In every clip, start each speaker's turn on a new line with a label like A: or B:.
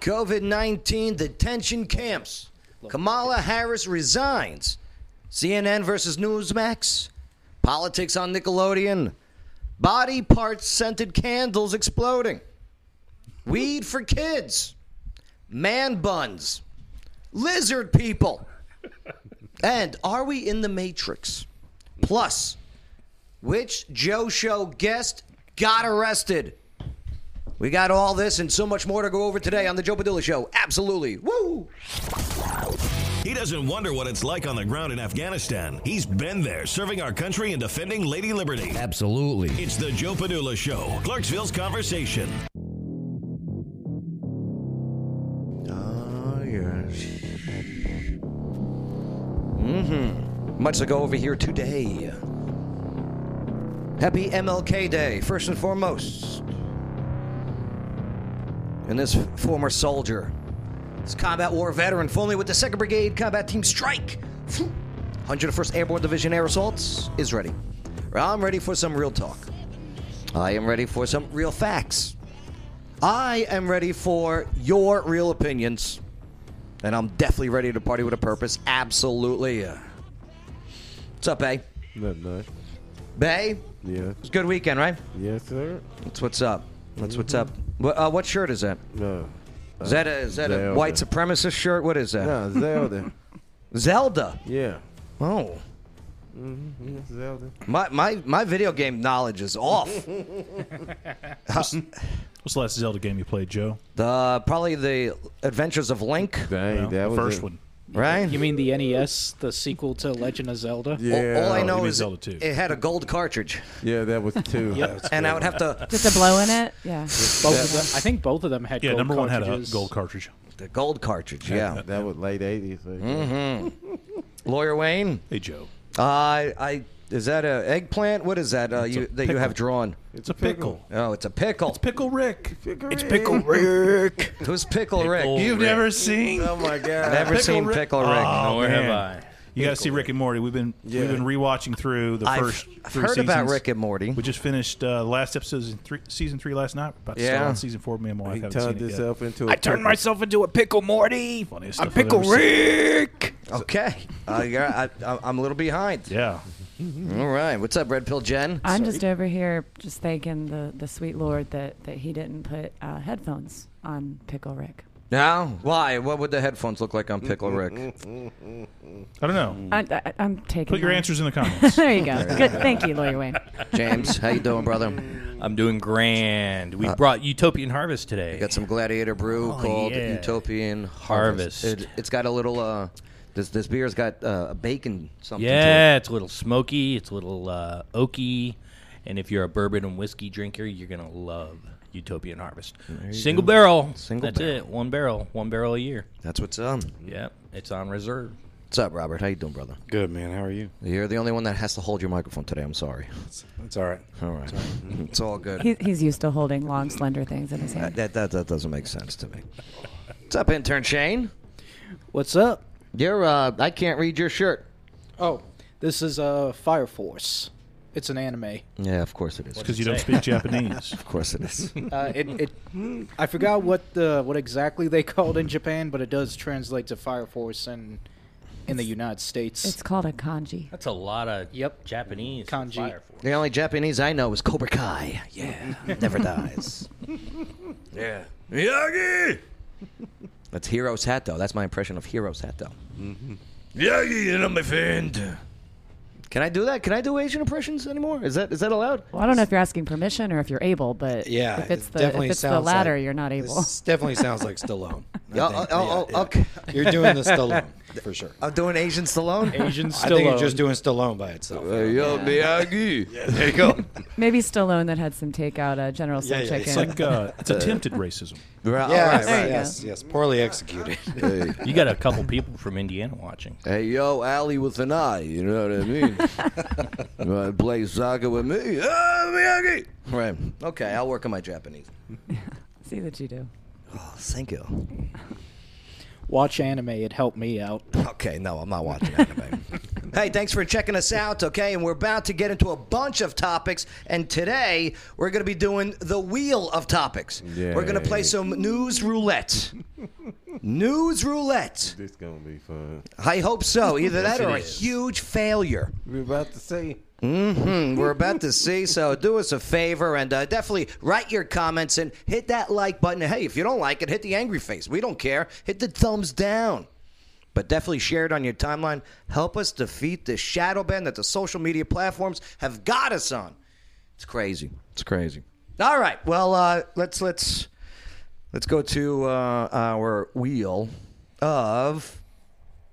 A: COVID 19 detention camps. Kamala Harris resigns. CNN versus Newsmax. Politics on Nickelodeon. Body parts scented candles exploding. Weed for kids. Man buns. Lizard people. And are we in the Matrix? Plus, which Joe Show guest got arrested? We got all this and so much more to go over today on the Joe Padula Show. Absolutely. Woo!
B: He doesn't wonder what it's like on the ground in Afghanistan. He's been there, serving our country and defending Lady Liberty.
C: Absolutely.
B: It's the Joe Padula Show, Clarksville's conversation.
A: Oh, yes. Mm-hmm. Mm-hmm. Much to go over here today. Happy MLK Day, first and foremost. And this former soldier, this combat war veteran, formerly with the 2nd Brigade Combat Team Strike, 101st Airborne Division Air Assaults, is ready. I'm ready for some real talk. I am ready for some real facts. I am ready for your real opinions. And I'm definitely ready to party with a purpose. Absolutely. What's up, Bay?
D: Nothing much.
A: Bay?
D: Yeah.
A: It's a good weekend, right?
D: Yes, sir.
A: That's what's up. That's what's up. What, uh, what shirt is that?
D: No.
A: Is that a, is that a
D: Zelda.
A: white supremacist shirt? What is that?
D: No, Zelda.
A: Zelda.
D: yeah.
A: Oh.
D: Yeah, Zelda.
A: My, my, my video game knowledge is off.
E: What's the last Zelda game you played, Joe?
A: the Probably the Adventures of Link,
D: Dang,
E: Well,
D: that
E: the
D: was
E: first
D: it.
E: one.
A: right?
F: You mean the NES, E the sequel to Legend of Zelda?
A: All-
D: Yeah.
A: all, I
E: you
A: know
E: mean
A: is
E: Zelda
A: it,
E: too.
A: it had a gold cartridge.
D: Yeah, that was two.
A: And I would have to
G: Just a blow in it? Yeah.
F: Both of them, I think both of them had
E: Yeah,
F: uh, gold
E: number one had a
F: cartridges.
E: gold cartridge.
A: The gold cartridge, yeah.
D: That was late '80s.
A: Mm. Lawyer Wayne,
E: Hey, Joe.
A: uh, I, I is that a eggplant? What is that uh, you, that you have drawn?
E: It's a pickle.
A: Oh, it's a pickle. It's
E: Pickle Rick.
D: It's Pickle Rick.
A: Who's Pickle, Rick?
E: You've never seen.
D: oh my God.
A: Never seen
E: Rick?
A: Pickle Rick. Ah.
E: Oh,
C: Nor
E: man.
C: have I.
E: You got to see Rick and Morty. We've been
D: Yeah.
E: we've been rewatching through the
A: I've,
E: first.
A: I've
E: three
A: heard about
E: seasons.
A: Rick and Morty.
E: We just finished uh, the last episode of three, season three last night. We're about to
A: Yeah.
E: start on season four. Me and my wife
D: He
E: haven't
D: turned
E: seen it yet.
D: himself into. I turned
C: into a pickle, Morty.
E: Funniest stuff I've ever seen.
C: Rick.
A: Okay, uh, yeah, I, I, I'm a little behind.
E: Yeah,
A: All right, what's up, Red Pill Jen?
G: I'm just over here just thanking the, the sweet Lord that, that he didn't put uh, headphones on Pickle Rick.
A: No, why? What would the headphones look like on Pickle Rick?
E: I don't know.
G: I, I, I'm taking
E: Put your
G: mine.
E: answers in the comments.
G: There you go. Good. Thank you, Lawyer Wayne.
A: James, how you doing, brother?
C: I'm doing grand. We brought Utopian Harvest today.
A: Got some Gladiator brew called
C: yeah.
A: Utopian Oh, Harvest.
C: Harvest.
A: It, it's got a little. Uh, this this beer's got uh, a bacon something. to it.
C: yeah, it's a little smoky. It's a little uh, oaky. And if you're a bourbon and whiskey drinker, you're gonna love Utopian Harvest. Single barrel.
A: Single
C: That's
A: barrel.
C: it. One barrel. One barrel a year.
A: That's what's up.
C: Yeah, it's on reserve.
A: What's up, Robert? How you doing, brother?
H: Good man, how are you?
A: You're the only one that has to hold your microphone today. I'm sorry.
H: It's all right.
A: All right, it's all good. Uh,
G: He, he's used to holding long, slender things in his hand.
H: Uh,
A: that, that that doesn't make sense to me. What's up, intern Shane?
F: What's up?
A: You're uh, I can't read your shirt.
F: Oh, this is uh, Fire Force. It's an anime.
A: Yeah, of course it is.
E: Because you don't speak Japanese.
A: Of course it is.
F: Uh, it, it, I forgot what the what exactly they called in Japan, but it does translate to Fire Force in in the United States.
G: It's called a kanji.
C: That's a lot of
F: Yep.
C: Japanese
F: Kanji.
C: fire for it.
A: the only Japanese I know is Cobra Kai. Yeah, never dies. yeah, Miyagi. That's Hiro Sato. That's my impression of Hiro Sato. Mm-hmm. Miyagi, you know my friend. Can I do that? Can I do Asian impressions anymore? Is that is that allowed?
G: Well, I don't know if you're asking permission or if you're able, but
H: Yeah,
G: if it's
H: it
G: the
H: definitely
G: if it's the
H: sounds
G: latter,
H: like-
G: you're not able.
H: This definitely sounds like Stallone. I
A: Oh,
H: think. Yeah,
A: oh, oh,
H: yeah.
A: okay.
H: You're doing the Stallone for sure.
A: I'm doing Asian Stallone.
F: Asian
H: I think you're just doing Stallone by itself.
A: yo, Miyagi.
H: there you go.
G: Maybe Stallone that had some takeout uh, General Tso
H: Yeah, yeah,
G: chicken.
H: it's
E: It's like uh, it's attempted racism.
H: yeah,
G: There you go.
H: yes, yes. Poorly executed.
C: You got a couple people from Indiana watching.
A: Hey, yo, Allie with an eye. You know what I mean? you want to play soccer with me? Oh, Miyagi. Right. Okay, I'll work on my Japanese.
G: See what you do.
A: Oh, thank you.
F: Watch anime. It helped me out.
A: Okay, no, I'm not watching anime. hey, thanks for checking us out, okay? And we're about to get into a bunch of topics, and today we're going to be doing the wheel of topics. We're going to play
D: Yay.
A: some news roulette. news roulette.
D: This gonna be fun.
A: I hope so. Either that
C: Yes, it
A: or a
C: is.
A: huge failure.
D: We're about to say.
A: Hmm, we're about to see, so do us a favor and uh, definitely write your comments and hit that like button. Hey, if you don't like it, hit the angry face. We don't care. Hit the thumbs down. But definitely share it on your timeline. Help us defeat the shadow ban that the social media platforms have got us on. It's crazy. It's crazy. All right. Well, uh, let's let's let's go to uh, our wheel of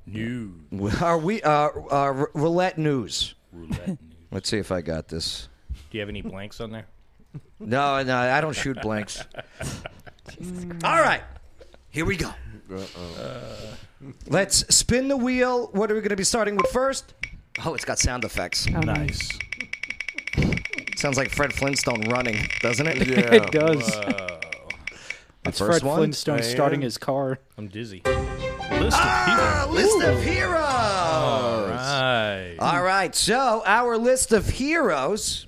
C: New
A: our we uh, uh, roulette news.
C: roulette. news.
A: Let's see if I got this.
C: Do you have any blanks on there?
A: No, no, I don't shoot blanks. All right, here we go. Let's spin the wheel. What are we going to be starting with first? Oh, it's got sound effects.
G: Oh,
C: Nice.
A: Sounds like Fred Flintstone running, doesn't it?
D: Yeah.
F: It does.
A: The
F: It's
A: first
F: Fred
A: one.
F: Flintstone
D: Yeah.
F: starting his car.
C: I'm dizzy.
E: List of people.
A: Ah, list of heroes.
C: Nice.
A: All right, so our list of heroes.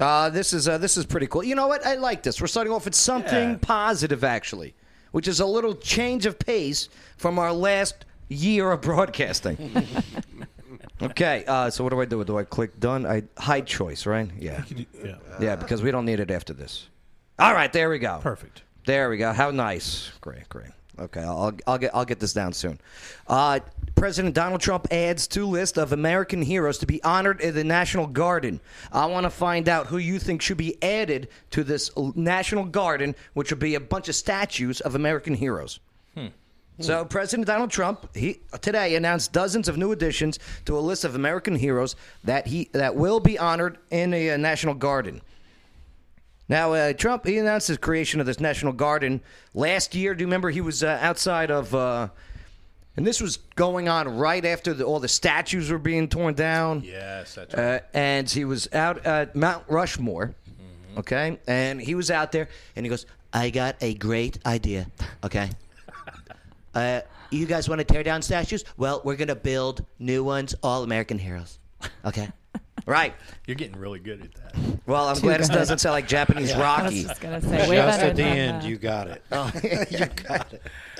A: Uh, this is uh, this is pretty cool. You know what? I like this. We're starting off with something
C: Yeah.
A: positive, actually, which is a little change of pace from our last year of broadcasting. okay, uh, so what do I do? Do I click done? I hide choice, right? Yeah,
E: Yeah.
A: yeah, because we don't need it after this. Uh, All right, there we go.
E: Perfect.
A: There we go. How nice. Great, great. Okay, I'll, I'll get I'll get this down soon. Uh, President Donald Trump adds to list of American heroes to be honored in the National Garden. I want to find out who you think should be added to this l- National Garden, which will be a bunch of statues of American heroes. So President Donald Trump he today announced dozens of new additions to a list of American heroes that he that will be honored in a, uh National Garden. Now uh, Trump he announced his creation of this National Garden last year. Do you remember he was uh, outside of uh, and this was going on right after the, all the statues were being torn down.
C: Yes, that's right.
A: Uh, and he was out at Mount Rushmore,
C: Mm-hmm.
A: okay? And he was out there, and he goes, "I got a great idea, okay? uh, you guys want to tear down statues? Well, we're gonna build new ones, all American heroes, okay? right.
C: You're getting really good at that.
A: Well, I'm glad this doesn't sound like Japanese
G: I was
A: Rocky.
G: just gonna say, way
H: Just
G: better
H: at the
G: than,
H: end,
G: uh,
H: you got it.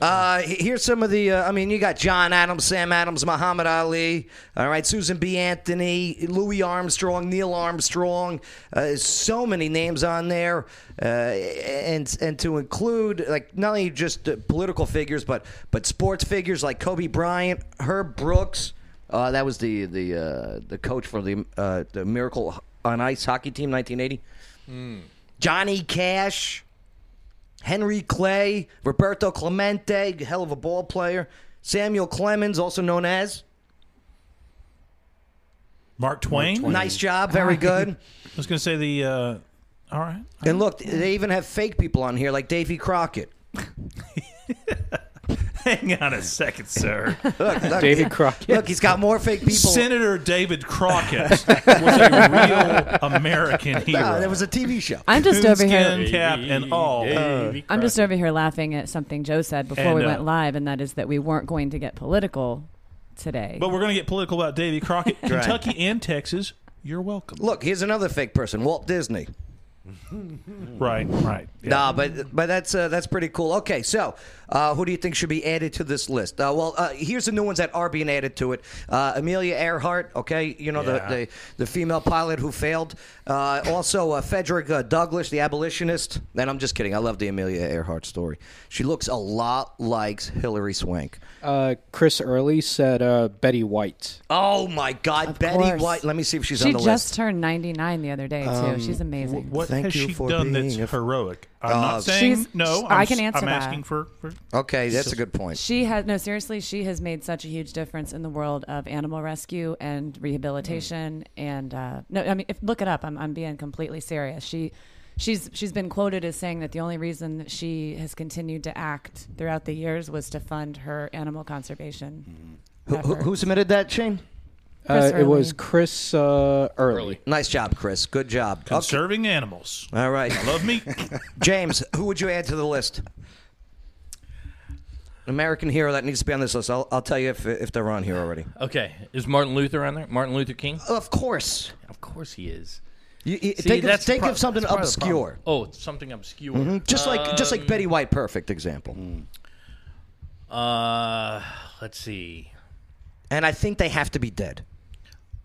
A: Uh, he- here's some of the. Uh, I mean, you got John Adams, Sam Adams, Muhammad Ali. All right, Susan B. Anthony, Louis Armstrong, Neil Armstrong. Uh, so many names on there, uh, and and to include like not only just uh, political figures, but but sports figures like Kobe Bryant, Herb Brooks. Uh, that was the the uh, the coach for the uh, the Miracle on Ice hockey team, 1980. Johnny Cash. Henry Clay, Roberto Clemente, hell of a ball player. Samuel Clemens, also known as.
E: Mark Twain.
A: Nice job, very good.
E: I was going to say the. Uh, all right.
A: And look, they even have fake people on here like Davy Crockett.
E: Hang on a second, sir.
A: Look, look,
F: David Crockett.
A: look, he's got more fake people.
E: Senator David Crockett was a real American hero.
A: Ah, there was a TV show.
G: I'm just over here.
E: Coonskin cap and all.
G: I'm just over here laughing at something Joe said before
E: And,
G: we
E: uh,
G: went live, and that is that we weren't going to get political today.
E: But we're going to get political about Davy Crockett, Kentucky and Texas. You're welcome.
A: Look, here's another fake person, Walt Disney.
E: Right, right. Yeah.
A: Nah, but but that's uh, that's pretty cool. Okay, so uh, who do you think should be added to this list? Uh, well, uh, here's the new ones that are being added to it: uh, Amelia Earhart. Okay, you know
E: Yeah.
A: the, the the female pilot who failed. Uh, also, uh, Frederick uh, Douglass, the abolitionist. And I'm just kidding. I love the Amelia Earhart story. She looks a lot like Hillary Swank.
F: Uh, Chris Early said uh, Betty White.
A: Oh my God,
G: Of
A: Betty
G: course.
A: White. Let me see if she's
G: she
A: on the
G: just
A: list.
G: turned 99 the other day too. She's amazing.
E: What
A: Thank
E: has
A: you
E: she
A: for
E: done
A: being
E: that's
A: a f- Uh,
E: heroic? I'm not saying
G: She's-
E: no.
G: sh-
E: I'm
G: I can
E: s-
G: answer
E: I'm
G: that.
E: asking for, for
A: okay, that's a good point.
G: She has no, seriously, she has made such a huge difference in the world of animal rescue and rehabilitation. And uh, no, I mean, if, look it up. I'm, I'm being completely serious. She, she's she's been quoted as saying that the only reason that she has continued to act throughout the years was to fund her animal conservation.
A: Who, who, who submitted that, Shane?
G: Chris
F: Uh, it was
G: Early.
F: Chris uh, Early.
A: Nice job, Chris. Good job. Okay.
E: conserving animals.
A: All right,
E: Love me.
A: James. Who would you add to the list? American hero that needs to be on this list. I'll, I'll tell you if, if they're on here already.
C: Okay, is Martin Luther on there? Martin Luther King?
A: Of course.
C: Of course he is.
A: You, you-
C: See,
A: think of,
C: that's
A: think
C: pro-
A: of something
C: that's part of the Um,
A: obscure. Mm-hmm.
C: problem. Oh, it's something obscure.
A: Just like just like Betty White, perfect example.
C: hmm. Uh, let's see.
A: And I think they have to be dead.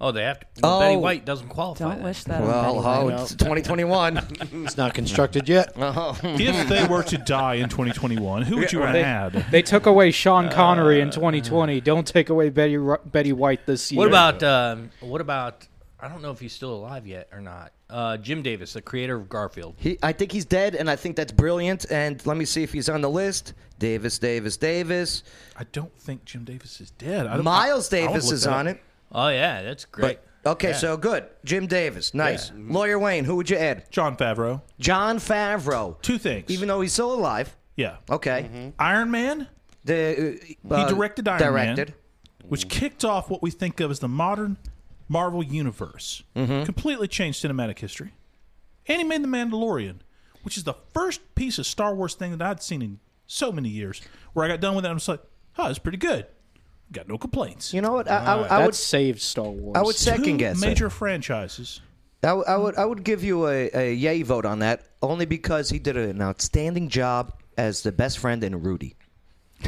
C: Oh, they have to. well, Betty
A: Oh.
C: White doesn't qualify.
G: Don't
C: then.
G: wish that.
A: Well,
G: on
A: oh, it's 2021.
H: It's not constructed yet.
G: Uh-huh.
E: if they were to die in 2021, who would you want to add?
F: They took away Sean Connery in 2020. Don't take away Betty Ru- Betty White this year.
C: What about um, what about? I don't know if he's still alive yet or not. Uh, Jim Davis, the creator of Garfield.
A: he, I think he's dead, and I think that's brilliant. And let me see if he's on the list. Davis, Davis, Davis.
E: I don't think Jim Davis is dead. I don't,
A: Miles
E: I- I wanna
A: Davis
E: look
A: is
E: that
A: on
E: up.
A: it.
C: Oh yeah, that's great.
A: But uh, okay,
C: Yeah.
A: so good. Jim Davis, nice. Lawyer Wayne, who would you add?
E: John Favreau.
A: John Favreau.
E: Two things.
A: Even though he's still alive.
E: yeah,
A: Okay.
E: Iron Man,
A: The,
E: he
A: uh,
E: directed Iron
A: directed.
E: Man, which kicked off what we think of as the modern Marvel universe.
A: Mm-hmm.
E: Completely changed cinematic history, and he made The Mandalorian, which is the first piece of Star Wars thing that I'd seen in so many years. Where I got done with it, I'm just like, "Huh, it's pretty good." Got no complaints.
A: You know what? I, I, I
F: That
A: would
F: saved Star Wars.
A: I would
E: Two
A: second guess. it.
E: major franchises.
A: I, w- I would I would give you a, a yay vote on that only because he did an outstanding job as the best friend in Rudy.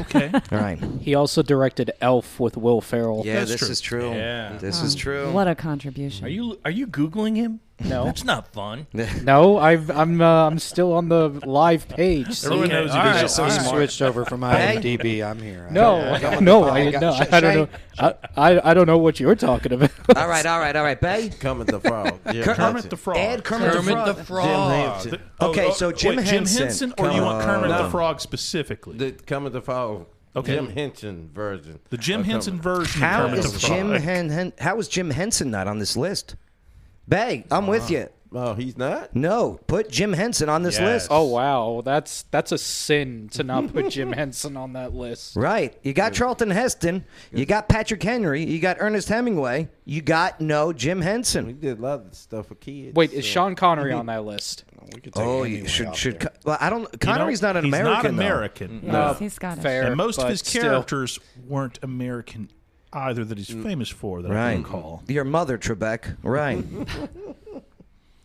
E: Okay,
A: All right.
F: He also directed Elf with Will Ferrell.
A: Yeah,
E: That's
A: this
E: true.
A: is true.
C: Yeah.
A: This is true.
G: Oh, What a contribution.
C: Are you are you googling him?
F: No.
C: that's not fun.
F: No, I've, I'm uh, I'm still on the live page. so-
E: Everyone
C: Okay,
E: knows
C: all
E: he did
C: right,
E: just
H: So
C: all
H: he
C: right.
H: switched over from IMDb. I'm here.
F: No, no, I, no, I I don't know. I, I, I don't know what you're talking about.
A: All right, all right, all right, Bay.
D: Kermit the Frog. Yeah,
E: Kermit the Frog.
A: Add Kermit, the Frog.
C: Kermit the Frog.
D: Jim Henson.
E: Oh,
A: Okay,
E: oh,
A: so Jim
E: wait,
A: Henson.
E: Jim Henson, or you want Kermit the Frog specifically? The,
D: The Kermit the Frog.
E: Okay.
D: Jim Henson Uh, version.
E: Jim
D: of
E: Henson
D: Kermit.
E: version
A: Oh, How
E: of Kermit
A: is
E: the Frog.
A: Jim Hen- Hen- How is Jim Henson not on this list? Bay, I'm with you.
D: Oh, he's not.
A: No, put Jim Henson on this
E: Yes.
A: list.
F: Oh wow, that's that's a sin to not put Jim Henson on that list.
A: Right. You got Charlton Heston. You got Patrick Henry. You got Ernest Hemingway. You got no Jim
D: He
A: Henson.
D: did a lot of stuff for kids. uh,
F: Wait, is
D: so-
F: Sean Connery on that list?
A: Oh, you should should. Co- well, I don't. Connery's
E: You know,
A: not an
E: he's
A: American.
E: Not
A: though.
E: American.
G: Yes, he's Scottish.
F: Fair.
E: And most of
F: but
E: his
F: still.
E: characters weren't American either that he's famous for that I
A: Right. Mm.
E: can recall.
A: Your mother, Trebek. Right.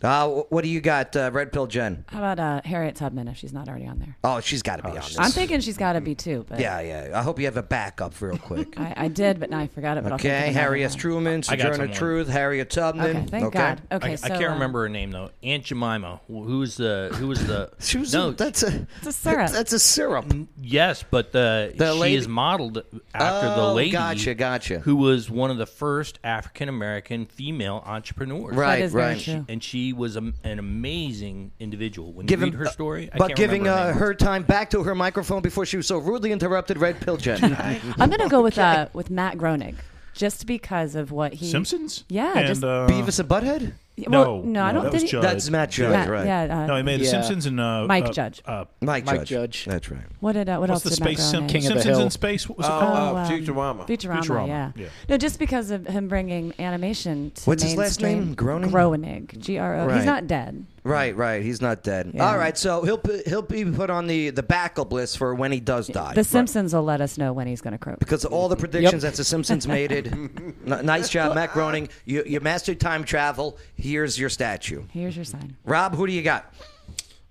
A: uh, wh- what do you got, uh, Red Pill Jen?
G: How about uh, Harriet Tubman if she's not already on there?
A: Oh, she's got to be on this.
G: I'm thinking she's got to be too, but
A: yeah, yeah. I hope you have a backup real quick.
G: I, I did, but now I forgot it. But I'll think of
A: okay,
G: another
A: Harry S.
G: one.
A: Truman,
C: I got
A: Sojourner
C: someone.
A: Truth, Harriet Tubman.
G: Okay, thank God. Okay,
C: I,
G: so
C: I can't
G: uh,
C: remember her name though. Aunt Jemima. wh- Who's the who was the
A: She was
C: no?
A: a, that's a
G: a syrup.
A: That's a syrup.
C: yes, but the,
A: The
C: she
A: lady-
C: is modeled after the
A: Oh,
C: lady.
A: gotcha, gotcha.
C: Who was one of the first African American female entrepreneurs.
A: Right,
G: That is
A: right.
G: very true.
C: and she was a, an amazing individual. When
A: Giving
C: you read her story, I
A: uh, but
C: can't
A: giving
C: remember
A: uh,
C: name.
A: her time back to her microphone before she was so rudely interrupted. Red Pill Jen.
G: I'm gonna go with uh, with Matt Groening, just because of what he
E: Simpsons?
G: Yeah,
E: And,
G: just-
E: uh,
A: Beavis and Butthead.
G: Well,
E: No,
G: no, I don't
E: no, that
G: think
E: was
G: he-
E: Judge.
A: That's Matt Judge,
G: Matt,
A: right?
G: Yeah, uh,
E: no, he made The
F: Yeah.
E: Simpsons and uh,
G: Mike
E: uh,
G: Judge.
E: Uh,
A: Mike,
F: Mike
A: Judge.
F: Judge.
A: That's right.
G: what did uh, what else
E: what's the
G: did Matt
E: space
G: Groening?
E: Sim-
G: um,
F: King of the
E: Simpsons in
F: Hill.
E: space? What was it
D: Oh,
E: called?
D: uh, Futurama.
G: Futurama,
E: Futurama,
G: yeah.
E: yeah.
G: No, just because of him bringing animation to
A: What's his last
G: mainstream-
A: name? Groening?
G: Groening. G R O.
A: Right.
G: He's not dead.
A: Right, right. He's not dead.
G: Yeah.
A: All right, so he'll pu- he'll be put on the the backup list for when he does die.
G: The Simpsons will let us know when he's going to croak.
A: because of all the predictions that the Simpsons made it. N- nice job, Matt Groening. You, you mastered time travel. Here's your statue.
G: Here's your sign.
A: Rob, who do you got?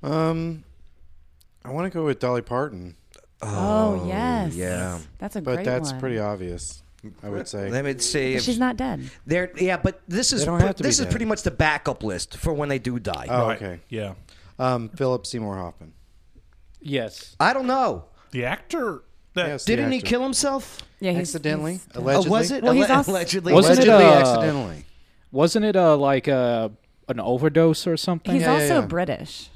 H: Um, I want to go with Dolly Parton,
G: Oh, yes.
A: yeah.
G: That's a
H: but
G: great
H: that's
G: one.
H: pretty obvious. I would say.
A: Let me see. If
G: She's not dead.
A: there. Yeah, but this is
H: They don't
A: pre-
H: have to be
A: this is
H: dead.
A: pretty much the backup list for when they do die.
H: Oh,
E: Right,
H: okay.
E: Yeah.
H: Um, Philip Seymour Hoffman.
F: Yes.
A: I don't know.
E: The actor that
H: Yes, the
A: Didn't he
H: actor.
A: kill himself?
G: Yeah, he's,
H: accidentally?
G: he's-
H: allegedly.
A: Oh, was it
G: Well, he's
A: Alle-
G: also-
A: allegedly?
F: Wasn't it,
H: Allegedly,
F: uh,
H: accidentally.
F: Wasn't it uh like uh, an overdose or something?
G: he's
H: Yeah, yeah,
G: also
H: yeah. Oh,
G: British.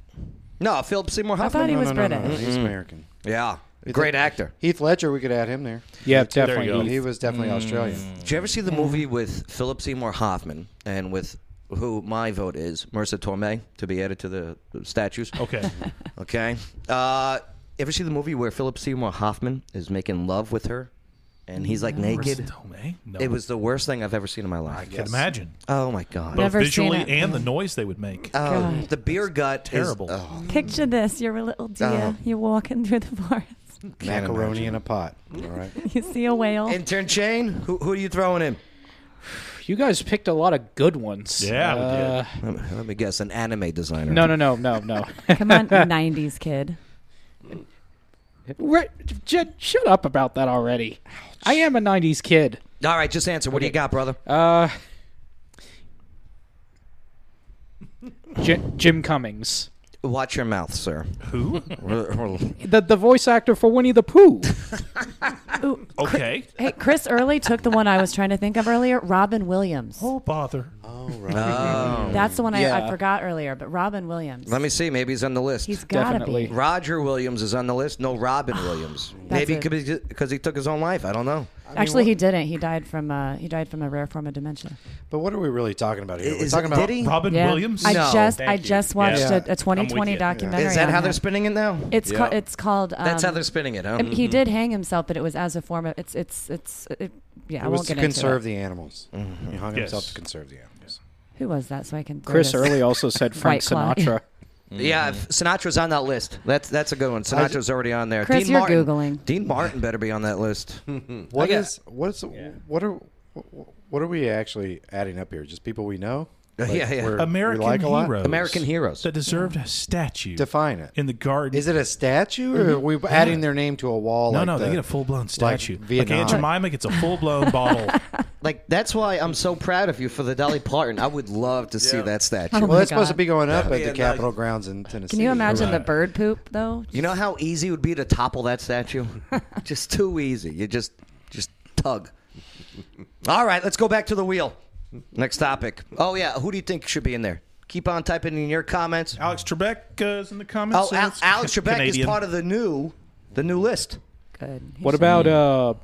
A: No, Philip Seymour
G: I
A: Hoffman.
G: thought he was
H: no, no,
G: British.
H: No, he's American.
A: Yeah, great actor.
H: Heath Ledger, we could add him there.
F: yeah,
E: you go.
F: definitely.
H: He
F: Heath.
H: was definitely Australian.
A: Did you ever see the movie with Philip Seymour Hoffman and with who my vote is Marissa Tomei to be added to the the statues?
E: Okay.
A: Okay. Uh, ever see the movie where Philip Seymour Hoffman is making love with her, and he's like naked.
E: Dome, no.
A: It was the worst thing I've ever seen in my life.
E: Can imagine.
A: Oh my god.
G: Never seen
E: Visually
G: it.
E: and the noise they would make.
A: Oh,
G: God.
A: the beer gut
E: terrible.
A: Is, oh,
G: Picture this: you're a little deer.
H: Uh-huh.
A: Oh.
G: You're walking through the forest.
A: man,
H: Macaroni in a pot.
A: imagine. All right.
G: you see a whale.
A: Intern Shane, who, who are you throwing in?
F: You guys picked a lot of good ones.
E: Yeah, we did.
F: Uh,
A: Let me, let me guess, an anime designer.
F: no, no, no, no, no.
G: Come on, '90s kid.
F: Right, Jed, shut up about that already. I am a '90s kid.
A: All right, just answer. What do you
F: Okay.
A: got, brother?
F: Uh, J- Jim Cummings,
A: Watch your mouth, sir.
E: Who?
F: the the voice actor for Winnie the Pooh.
G: Oh, Ooh,
E: Okay.
G: hey, Chris Early took the one I was trying to think of earlier. Robin Williams.
E: Oh, bother.
G: That's the one I,
F: Yeah.
G: I forgot earlier. But Robin Williams.
A: Oh. Let me see. Maybe he's on the list.
G: He's gotta
F: Definitely.
G: be.
A: Roger Williams is on the list. No, Robin Williams. Maybe
G: it.
A: because he took his own life. I don't know.
G: Actually, he didn't. He died from uh, he died from a rare form of dementia.
H: But what are we really talking about here? We're
A: Is-
H: talking about
A: did he?
E: Robin
G: Yeah.
E: Williams?
G: I
A: No,
G: just
C: thank
G: I
C: you.
G: just watched
H: Yeah.
G: a, a 2020
C: you.
G: documentary.
A: Is that
G: on
A: how
G: him.
A: they're spinning it now?
G: It's
H: Yeah.
G: called. It's called. Um,
A: That's how they're spinning it, huh?
G: I mean, He did hang himself, but it was as a form of. It's it's it's. It, yeah, I
H: It was
G: won't
H: to
G: get
H: conserve
G: into
H: the animals. He hung himself to conserve the animals.
G: it. Who was that? So I can. throw
F: Chris
G: this.
F: Early also said Frank
G: White Claw.
F: Sinatra.
A: Mm-hmm. Yeah, if Sinatra's on that list. That's that's a good one. Sinatra's already on there.
G: Chris,
A: Dean
G: you're
A: Martin.
G: Googling.
A: Dean Martin better be on that list.
H: What
A: I got-
H: is what is what are what are we actually adding up here? Just people we know?
A: Yeah, yeah.
H: we're- we
E: American
H: like a lot?
E: heroes.
A: American heroes.
E: That deserved a statue
H: Define it.
E: in the garden.
H: Is it a statue, or are we adding their name to a wall?
E: no,
H: like
E: no,
H: the,
E: they get a full blown
H: like
E: statue. Like,
H: Vietnam.
E: Aunt Jemima gets a full blown bottle.
A: Like that's why I'm so proud of you for the Dolly Parton. I would love to see that statue.
G: Oh
H: Well,
G: my
H: that's supposed to
G: God.
H: be going up at
D: Yeah,
H: the
D: no,
H: Capitol grounds in Tennessee.
G: Can you imagine the bird poop though?
A: You know how easy it would be to topple that statue? just too easy. You just just tug. All right, let's go back to the wheel. Next topic. Oh yeah, who do you think should be in there? Keep on typing in your comments.
E: Alex Trebek uh, is in the comments.
A: Oh, Al- Alex Trebek is part of the new the new list.
G: Good.
F: What about uh,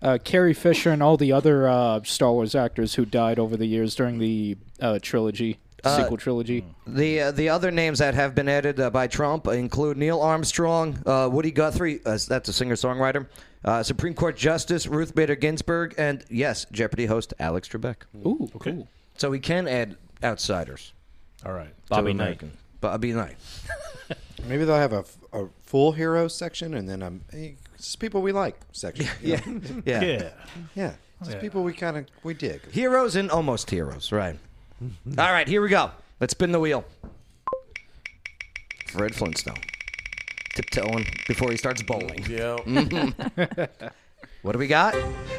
F: uh, Carrie Fisher and all the other uh, Star Wars actors who died over the years during the uh, trilogy, sequel trilogy?
A: The uh, the other names that have been added uh, by Trump include Neil Armstrong, uh, Woody Guthrie, uh, that's a singer songwriter, uh, Supreme Court Justice Ruth Bader Ginsburg, and yes, Jeopardy host Alex Trebek.
F: Ooh,
E: Okay.
F: cool.
A: So we can add outsiders. uh,
E: All right.
C: Bobby
A: to
C: Knight.
A: American. Bobby Knight.
H: Maybe they'll have a, f- a full hero section, and then um, eh, just people we like section. Yeah,
A: Yeah.
E: Yeah.
H: yeah, just
E: Yeah.
H: people we kind of we dig.
A: Heroes and almost heroes, right? All right, here we go. Let's spin the wheel. Fred Flintstone. Tiptoeing before he starts bowling. Mm-hmm.
D: Yeah.
A: What do we got?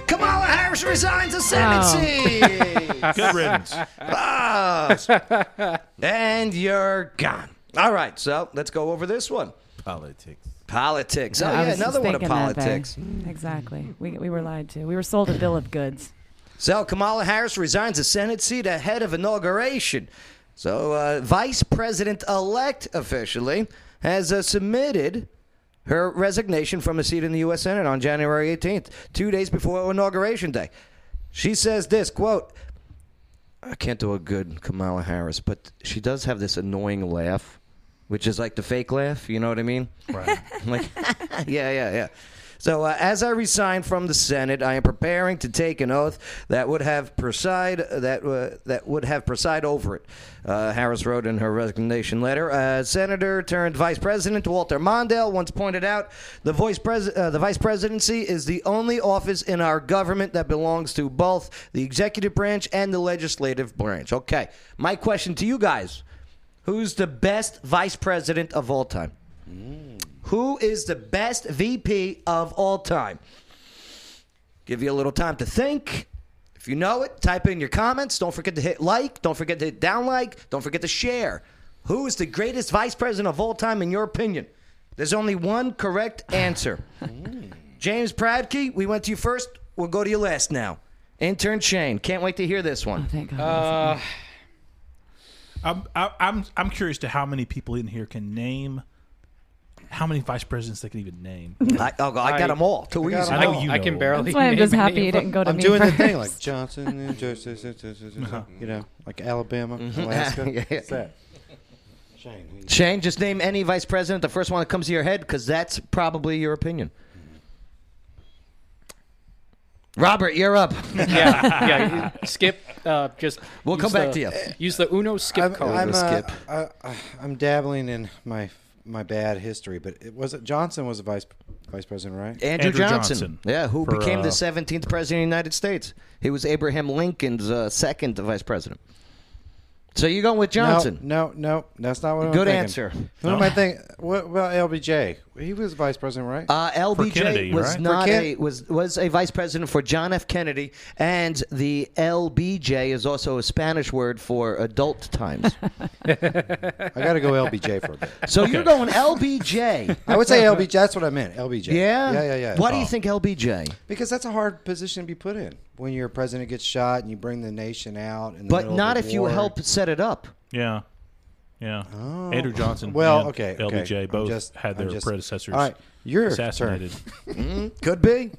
A: Kamala Harris resigns ascendancy.
E: Good riddance.
A: and you're gone. All right, so let's go over this one.
D: Politics.
A: Politics.
G: I
A: oh, yeah,
G: was just
A: another one of
G: thinking that,
A: politics.
G: Barry. Exactly. We, we were lied to. We were sold a bill of goods.
A: So Kamala Harris resigns a Senate seat ahead of inauguration. So uh, Vice President elect officially has uh, submitted her resignation from a seat in the U.S. Senate on January 18th, two days before inauguration day. She says this quote. I can't do a good Kamala Harris, but she does have this annoying laugh, which is like the fake laugh. You know what I mean?
E: Right.
A: I'm like, yeah, yeah, yeah. So, uh, as I resign from the Senate, I am preparing to take an oath that would have preside that uh, that would have preside over it. Uh, Harris wrote in her resignation letter. Uh, Senator turned Vice President Walter Mondale once pointed out the voice pres- uh, the vice presidency is the only office in our government that belongs to both the executive branch and the legislative branch. Okay, my question to you guys: Who's the best vice president of all time? Who is the best VP of all time? Give you a little time to think. If you know it, type in your comments. Don't forget to hit like. Don't forget to hit down like. Don't forget to share. Who is the greatest vice president of all time, in your opinion? There's only one correct answer. Mm. James Pradke, we went to you first. We'll go to you last now. Intern Shane, can't wait to hear this one.
G: Oh, Thank God.
E: I'm, I, I'm, I'm curious to how many people in here can name how many vice presidents they can even name.
A: I, oh, I got them all. Too easy.
E: I know you
F: I
E: know.
F: can barely.
G: That's why I'm
F: name
G: just
F: any
G: happy
F: of
G: you
F: them.
G: didn't go to
H: I'm
G: me
H: doing
G: first.
H: the thing like Johnson, eh, New Jersey, you know, like Alabama, Alaska.
A: Mm-hmm. Yeah, yeah.
H: Uh-huh. What's that? Shane, who you-
A: Shane, just name any vice president, the first one that comes to your head, because that's probably your opinion. Robert, you're up.
F: yeah, yeah. you- Skip. Uh, just
A: We'll
F: use
A: come back
F: the-
A: to you.
F: Use the Uno skip
H: I'm,
F: card.
H: I'm, I'm, uh, skip.
I: I, I, I'm dabbling in my my bad history, but it was it Johnson was the vice vice president, right?
A: Andrew,
E: Andrew
A: Johnson.
E: Johnson.
A: Yeah, who
E: For,
A: became the
E: uh,
A: 17th president of the United States. He was Abraham Lincoln's uh, second vice president. So you're going with Johnson.
I: No, no, no that's not what. I'm
A: Good
I: thinking.
A: answer.
I: What am I thinking? What about LBJ? He was vice president, right?
A: Uh, LBJ
E: Kennedy,
A: was
E: right? For
A: not
I: Ken-
A: a was was a vice president for John F. Kennedy, and the LBJ is also a Spanish word for adult times.
I: I got to go LBJ for a bit.
A: so you're going LBJ.
I: I would say LBJ. That's what I meant. LBJ.
A: Yeah,
I: Yeah. Yeah. Yeah.
A: Why
H: Oh.
A: do you think LBJ?
I: Because that's a hard position to be put in when your president gets shot and you bring the nation out. In the
A: But
I: middle of
A: not
I: the
A: if you
I: war.
A: help set it up.
E: Yeah. Yeah. Andrew Johnson.
I: Well,
E: and
I: okay, okay.
E: LBJ
I: I'm
E: both
I: just-
E: had
I: I'm
E: their
I: just-
E: predecessors
I: all right, your turn.
E: assassinated.
A: Could be.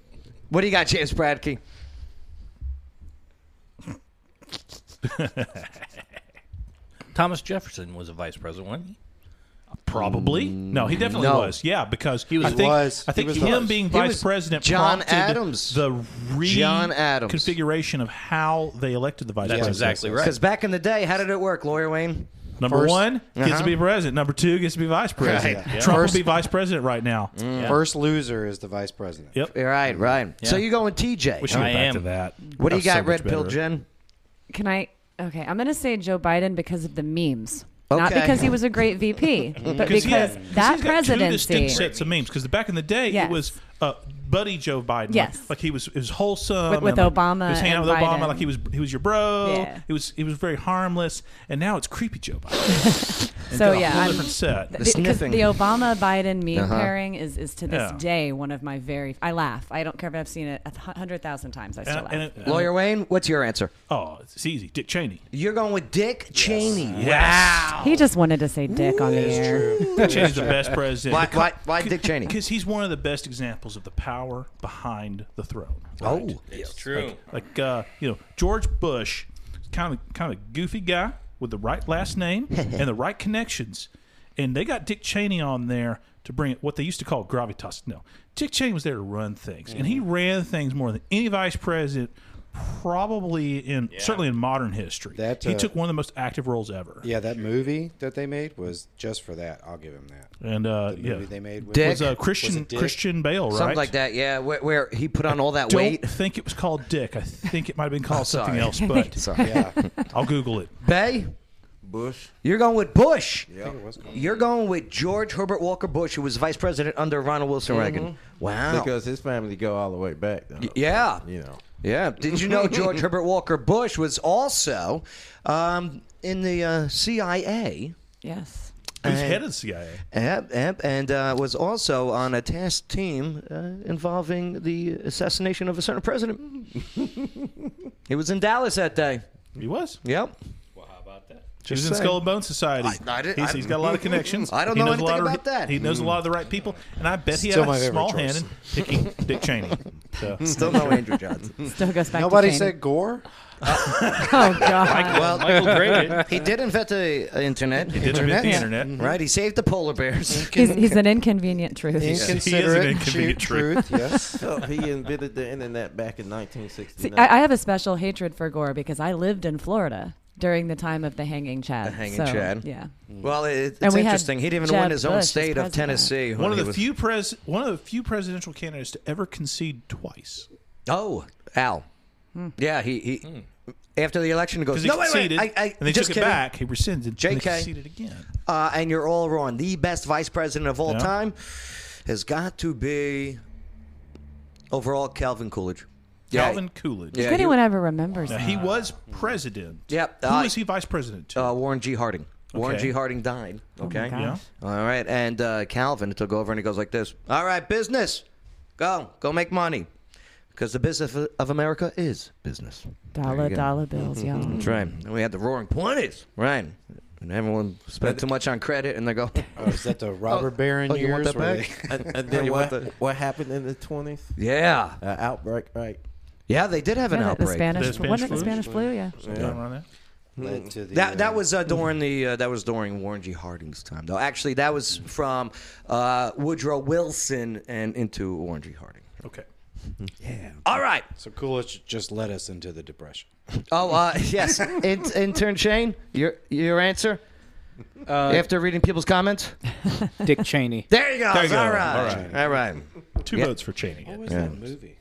A: What do you got, James Bradkey?
C: Thomas Jefferson was a vice president, wasn't he?
E: Probably. No, he definitely
A: No.
E: was. Yeah, because he was. I
I: He
E: think,
I: was.
E: I think
I: He was
E: him
I: the-
E: being
A: he
E: vice
A: was
E: president
A: John
E: prompted
A: Adams.
E: the re-
A: John Adams.
E: configuration of how they elected the vice
C: That's
E: president.
C: exactly right.
A: Because back in the day, how did it work, Lawyer Wayne?
E: Number
I: First-
E: one gets to be president. Number two gets to be vice president. Trump would be vice president right now.
H: Mm.
I: First loser is the vice president.
E: Yep.
A: Right, right. So you're going TJ.
E: We should
C: I
E: get back
C: am.
E: to that.
A: what do you
E: That's so
A: got,
E: much
A: Red Pill
E: better.
A: Jen?
G: Can I? Okay, I'm going to say Joe Biden because of the memes. Not
A: Okay.
G: because he was a great VP, but
E: he had-
G: because that
E: he's got two distinct
G: presidency.
E: sets of memes. Because back in the day,
G: Yes.
E: it was uh, buddy Joe Biden.
G: Yes.
E: like, like he was, it was wholesome
G: With- with
E: and, like,
G: Obama
E: He was hanging out
G: and
E: with Obama,
G: Biden.
E: like he was he was your bro.
G: Yeah.
E: It was it was very harmless, and now it's creepy Joe Biden. And
G: So
E: got a
G: yeah,
E: whole
G: I'm,
E: different set.
G: Th- 'cause
A: sniffing. Uh-huh.
G: The Obama Biden meme pairing is, is to this
E: Yeah.
G: day one of my very. I laugh. I don't care if I've seen it a hundred thousand times. I still
E: And-
G: laugh.
E: and it-
A: Lawyer Wayne, what's your answer?
E: oh, it's easy. Dick Cheney.
A: You're going with Dick Cheney.
E: Wow.
G: he just wanted to say dick on the air.
E: Dick Cheney's the best president.
A: Why, why, why Dick Cheney?
E: Because he's one of the best examples of the power behind the throne.
A: Oh,
C: It's true.
E: like uh, you know George Bush, kind of kind of goofy guy with the right last name and the right connections, and they got Dick Cheney on there to bring what they used to call gravitas. No, Dick Cheney was there to run things, and
A: Mm-hmm.
E: he ran things more than any vice president. Probably in certainly in modern history,
I: That,
E: he
I: uh,
E: took one of the most active roles ever,
I: Yeah, that movie that they made was just for that. I'll give him that.
E: and uh,
I: The
E: yeah,
I: movie they made with
A: Dick.
E: was uh, Christian
I: Dick?
E: Christian Bale, right?
A: something like that. Yeah, where, where he put on all that
E: Don't
A: weight.
E: think it was called Dick. I think it might have been called something
A: sorry.
E: else, but
A: Sorry.
E: I'll Google it.
A: Bay,
D: Bush.
A: you're going with Bush.
I: I think it was called-
A: You're going with George Herbert Walker Bush, who was vice president under Ronald Wilson Reagan. Wow.
D: Because his family go all the way back. Though.
A: yeah.
D: You know.
A: Yeah. Did you know George Herbert Walker Bush was also um, in the uh, CIA?
G: Yes.
E: Who's head of the CIA?
A: Yep, yep, and uh, was also on a task team uh, involving the assassination of a certain president. he was in Dallas that day.
E: He was.
A: Yep.
E: He's in
A: saying.
E: Skull and Bone Society.
A: I did-
E: he's,
A: I-
E: he's got a lot of connections.
A: I don't
E: He
A: know
E: knows a lot
A: anything
E: of-
A: about that.
E: He knows a lot of the right people, and I bet
I: Still
E: he
I: my
E: had a
I: favorite
E: small
I: choice.
E: hand in picking Dick Cheney. So,
A: Still no Andrew Johnson.
G: Still goes back.
I: Nobody
G: to Cheney.
I: said Gore.
G: "Oh God."
A: well,
C: Michael Gray.
A: he did invent the uh, internet, Mm-hmm.
E: he did invent the
I: Yeah.
E: internet.
A: right? He saved the polar bears.
G: he's, he's an inconvenient truth.
I: Inconsiderate
E: He is an inconvenient
I: shoot truth. Yes.
D: So he invented the internet back in
G: See,
D: 1969.
G: I, I have a special hatred for Gore because I lived in Florida during the time of the hanging Chad.
A: The hanging
G: so,
A: Chad.
G: Yeah.
A: Well, it,
G: And
A: it's
G: we had
A: interesting. He didn't even
G: Jeb
A: win his own
G: Bush as
A: state of
G: president.
A: Tennessee. when
E: One of
A: he
E: the
A: was-
E: few pres, one of the few presidential candidates to ever concede twice.
A: Oh, Al. Yeah, he. he After the election, he goes.
E: Because Hmm. he
A: No, wait, wait.
E: conceded,
A: I, I,
E: and they
A: just
E: took
A: kidding."
E: it back. He rescinded, and
A: JK.
E: they conceded again.
A: uh, and you're all wrong. The best vice president of all
E: Yeah.
A: time has got to be overall Calvin Coolidge. Yeah.
E: Calvin Coolidge.
A: Yeah,
G: If
A: he-
G: anyone ever remembers
E: Now,
G: that.
E: he was president.
A: Yep,
E: Who
A: uh,
E: was he vice president to?
A: Uh, Warren G. Harding. Warren
E: Okay. Oh
A: G. Harding died. Okay.
G: gosh.
E: yeah.
A: All right. And uh, Calvin took over and he goes like this All right, business. Go. Go make money. Because the business of- of America is business.
G: Dollar
A: go. Mm-hmm.
G: dollar bills, y'all.
A: That's right. Mm. And we had the roaring 20s. Right. And everyone spent too much on credit and they go,
I: Oh, is that the Robert Barron
A: oh, you want
I: years?
A: that
I: where
A: back?
I: they-
D: and, and then
A: You want
D: what,
A: the-
D: what happened in the 20s?
A: Yeah.
D: Uh, outbreak, right?
A: Yeah, they did have an
G: Yeah, the,
A: outbreak.
G: the
E: The
G: Spanish,
E: Spanish
G: wasn't it the
E: flu?
G: Spanish flu? Yeah.
E: Something around there.
I: led to the,
A: Mm. That,
I: uh,
A: that was uh, during the uh, that was during Warren G. Harding's time though. Actually, that was from uh, Woodrow Wilson and into Warren G. Harding.
E: Okay.
A: All right.
I: So Coolidge just led us into the depression.
A: Oh, uh, yes. In- intern Shane, your your answer after reading people's comments.
F: Dick Cheney.
A: Uh, There you go.
E: you go.
A: All right. All right.
E: Two votes for Cheney.
I: What was that movie?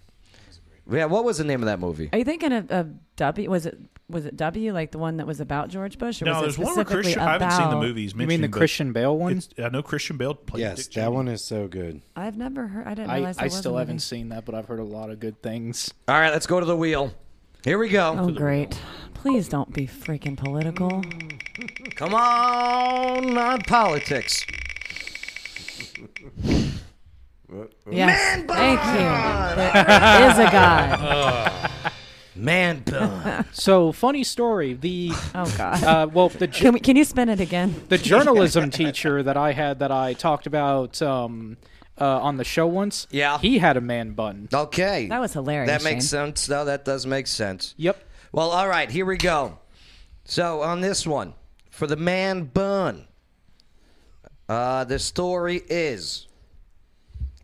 A: Yeah. What was the name of that movie?
G: Are you thinking of, of W? Was it was it W like the one that was about George Bush? Or was
E: No,
G: it
E: there's one where
G: specifically
E: Christian. I haven't seen the
G: about-
E: movies.
F: You mean the
E: mentioned, but
F: Christian Bale one?
E: it's- I know Christian Bale played.
I: Yes,
E: Dick
I: that
E: Cheney.
I: one is so good.
G: I've never heard. I didn't
F: I,
G: realize.
F: I
G: there was
F: still
G: a
F: haven't
G: movie.
F: seen that, but I've heard a lot of good things.
A: All right. Let's go to the wheel. Here we go.
G: Oh great! Please don't be freaking political.
A: Come on, not politics.
G: Yes. Thank you. There is a God.
A: Man, bun.
F: So funny story. The
G: Oh God.
F: uh, well, the
G: Can we? Can you spin it again?
F: the journalism teacher that I had that I talked about um, uh, on the show once.
A: Yeah.
F: he had a man bun.
A: okay.
G: That was hilarious.
A: That makes
G: Shane.
A: sense. No, that does make sense.
F: Yep.
A: Well, all right, here we go. So on this one, for the man bun, uh, the story is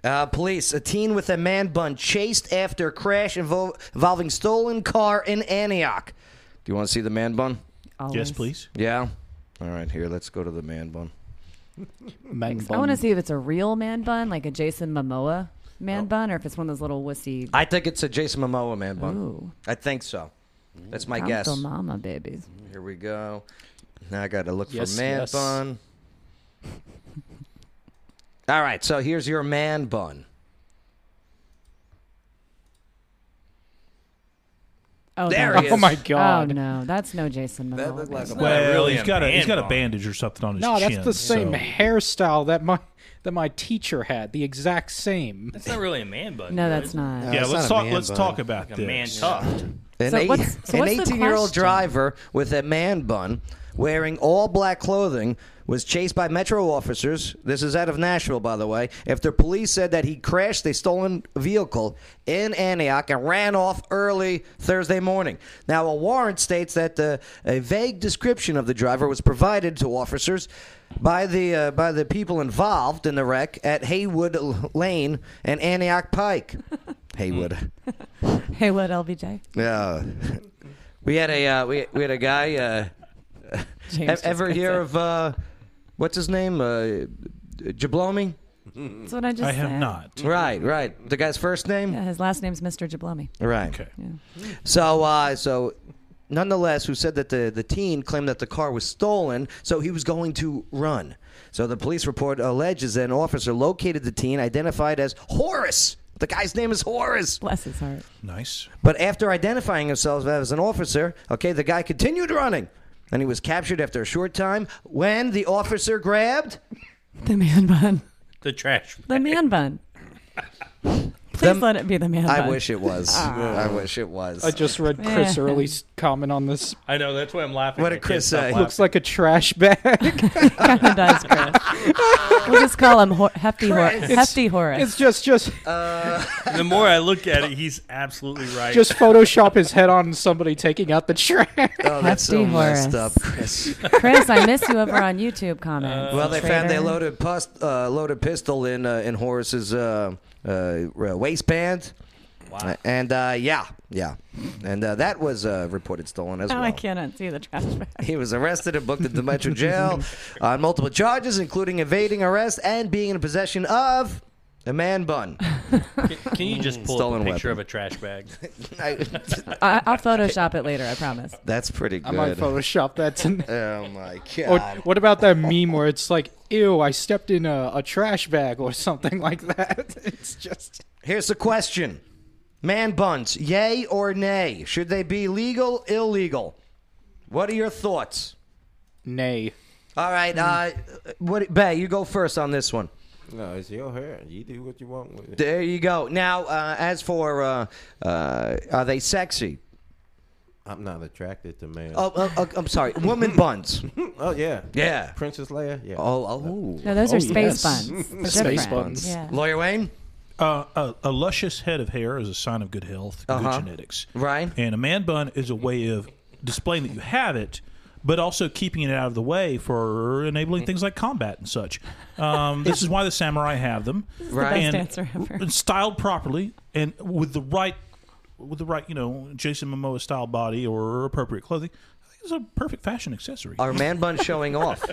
A: uh, police. A teen with a man bun chased after a crash invol- involving stolen car in Antioch. Do you want to see the man bun?
G: Always.
E: Yes, please.
A: Yeah. All right, here. Let's go to the man bun.
F: Man
G: I want
F: bun.
G: to see if it's a real man bun, like a Jason Momoa man bun, or if it's one of those little wussy.
A: Oh. I think it's a Jason Momoa man bun.
G: Ooh.
A: I think so. That's my
G: I'm
A: guess.
G: the mama babies.
A: Here we go. Now I got to look
F: Yes,
A: for man
F: yes.
A: bun. All right, so here's your man bun.
G: Oh,
A: There
G: no.
A: he is.
F: Oh my
G: Oh
F: god.
G: no, that's no Jason Momoa.
I: That looked like a
E: Well,
C: really
E: he's got a
C: man
E: he's got a
C: bun.
E: bandage or something on his
F: No,
E: chin.
F: that's the same
E: so-
F: hairstyle that my that my teacher had. The exact same.
C: That's not really a man bun.
G: no,
C: dude.
G: that's not.
E: Yeah,
I: That's
E: let's
I: not a
E: talk.
I: man
E: Let's
I: bun.
E: talk about
C: Like a
E: this.
C: man tuft.
A: An,
G: So
A: eight,
G: what's- so
A: an
G: what's the
A: 18 year old
G: question?
A: driver with a man bun wearing all black clothing was chased by Metro officers. This is out of Nashville, by the way. After police said that he crashed a stolen vehicle in Antioch and ran off early Thursday morning. Now, a warrant states that the, a vague description of the driver was provided to officers by the uh, by the people involved in the wreck at Haywood Lane and Antioch Pike. Haywood.
G: Hey, what LBJ?
A: Yeah. We had a uh, we we had a guy. Uh, e-
G: James
A: ever
G: just
A: hear
G: said-
A: of uh, what's his name? Uh, Jablomi.
G: That's what I just.
E: I have
G: said.
E: not.
A: Right, right. The guy's first name.
G: Yeah, his last name's Mr. Jablomi.
A: Right.
E: Okay.
A: So, uh, so nonetheless, who said that the, the teen claimed that the car was stolen, so he was going to run. So the police report alleges that an officer located the teen, identified as Horace. The guy's name is Horace.
G: Bless his heart.
E: Nice.
A: But after identifying himself as an officer, okay, the guy continued running. And he was captured after a short time when the officer grabbed
G: The man bun.
C: The trash.
G: The man bun.
A: The-
G: Please let it be the man bun.
A: I wish it was.
G: Ah.
A: I wish it was.
F: I just read Chris
G: Yeah.
F: Early's comment on this.
C: I know. That's why I'm laughing.
A: What
C: I
A: did
C: can't
A: Chris
C: stop
A: say?
C: laughing.
F: Looks like a trash bag.
G: kind of does, Chris. we'll just call him Hor- Hefty Horace. Hefty
F: it's
G: Horace.
F: just just
A: Uh,
C: the more I look at it, he's absolutely right.
F: just Photoshop his head on somebody taking out the trash.
A: oh, that's so
G: Hefty
A: messed
G: Horace.
A: up, Chris.
G: Chris, I miss you over on YouTube comments.
A: well, they found their
G: Traitor.
A: loaded pus- uh, loaded pistol in uh, in Horace's uh, uh, waistband. Wow. And uh, yeah, yeah, and uh, that was uh, reported stolen as
G: Now
A: well.
G: I cannot see the trash bag.
A: He was arrested and booked into Metro Jail on multiple charges, including evading arrest and being in possession of a man bun.
C: Can, can you just pull
A: Stolen
C: up a picture
A: weapon.
C: of a trash bag?
A: I-
G: I- I'll Photoshop it later. I promise.
A: that's pretty
F: I might
A: good.
F: Photoshop that. To,
A: oh my
F: or
A: god!
F: what about that meme where it's like, "Ew, I stepped in a, a trash bag" or something like that? It's just
A: Here's the question: Man buns, yay or nay? Should they be legal, illegal? What are your thoughts?
F: nay.
A: All right, uh, what, Bay, you go first on this one.
D: No, it's your hair. You do what you want with it.
A: There you go. Now, uh, as for uh, uh, are they sexy?
D: I'm not attracted to male.
A: Oh, oh, oh, I'm sorry, woman buns.
D: Oh, yeah.
A: Yeah.
D: Princess Leia. Yeah.
A: Oh, oh.
G: No, those
F: Oh,
G: are space
F: yes.
G: buns.
F: Space
G: Different.
F: buns.
G: Yeah.
A: Lawyer Wayne?
E: Uh, a, a luscious head of hair is a sign of
I: Uh-huh.
E: good health, good genetics.
A: Right.
E: And a man bun is a way of displaying that you have it but also keeping it out of the way for enabling things like combat and such. Um, this is why the samurai have them,
G: the Right. best
E: And-
G: answer ever.
E: and styled properly and with the right, with the right, you know, Jason Momoa style body or appropriate clothing. I think It's a perfect fashion accessory.
A: Our man bun showing off.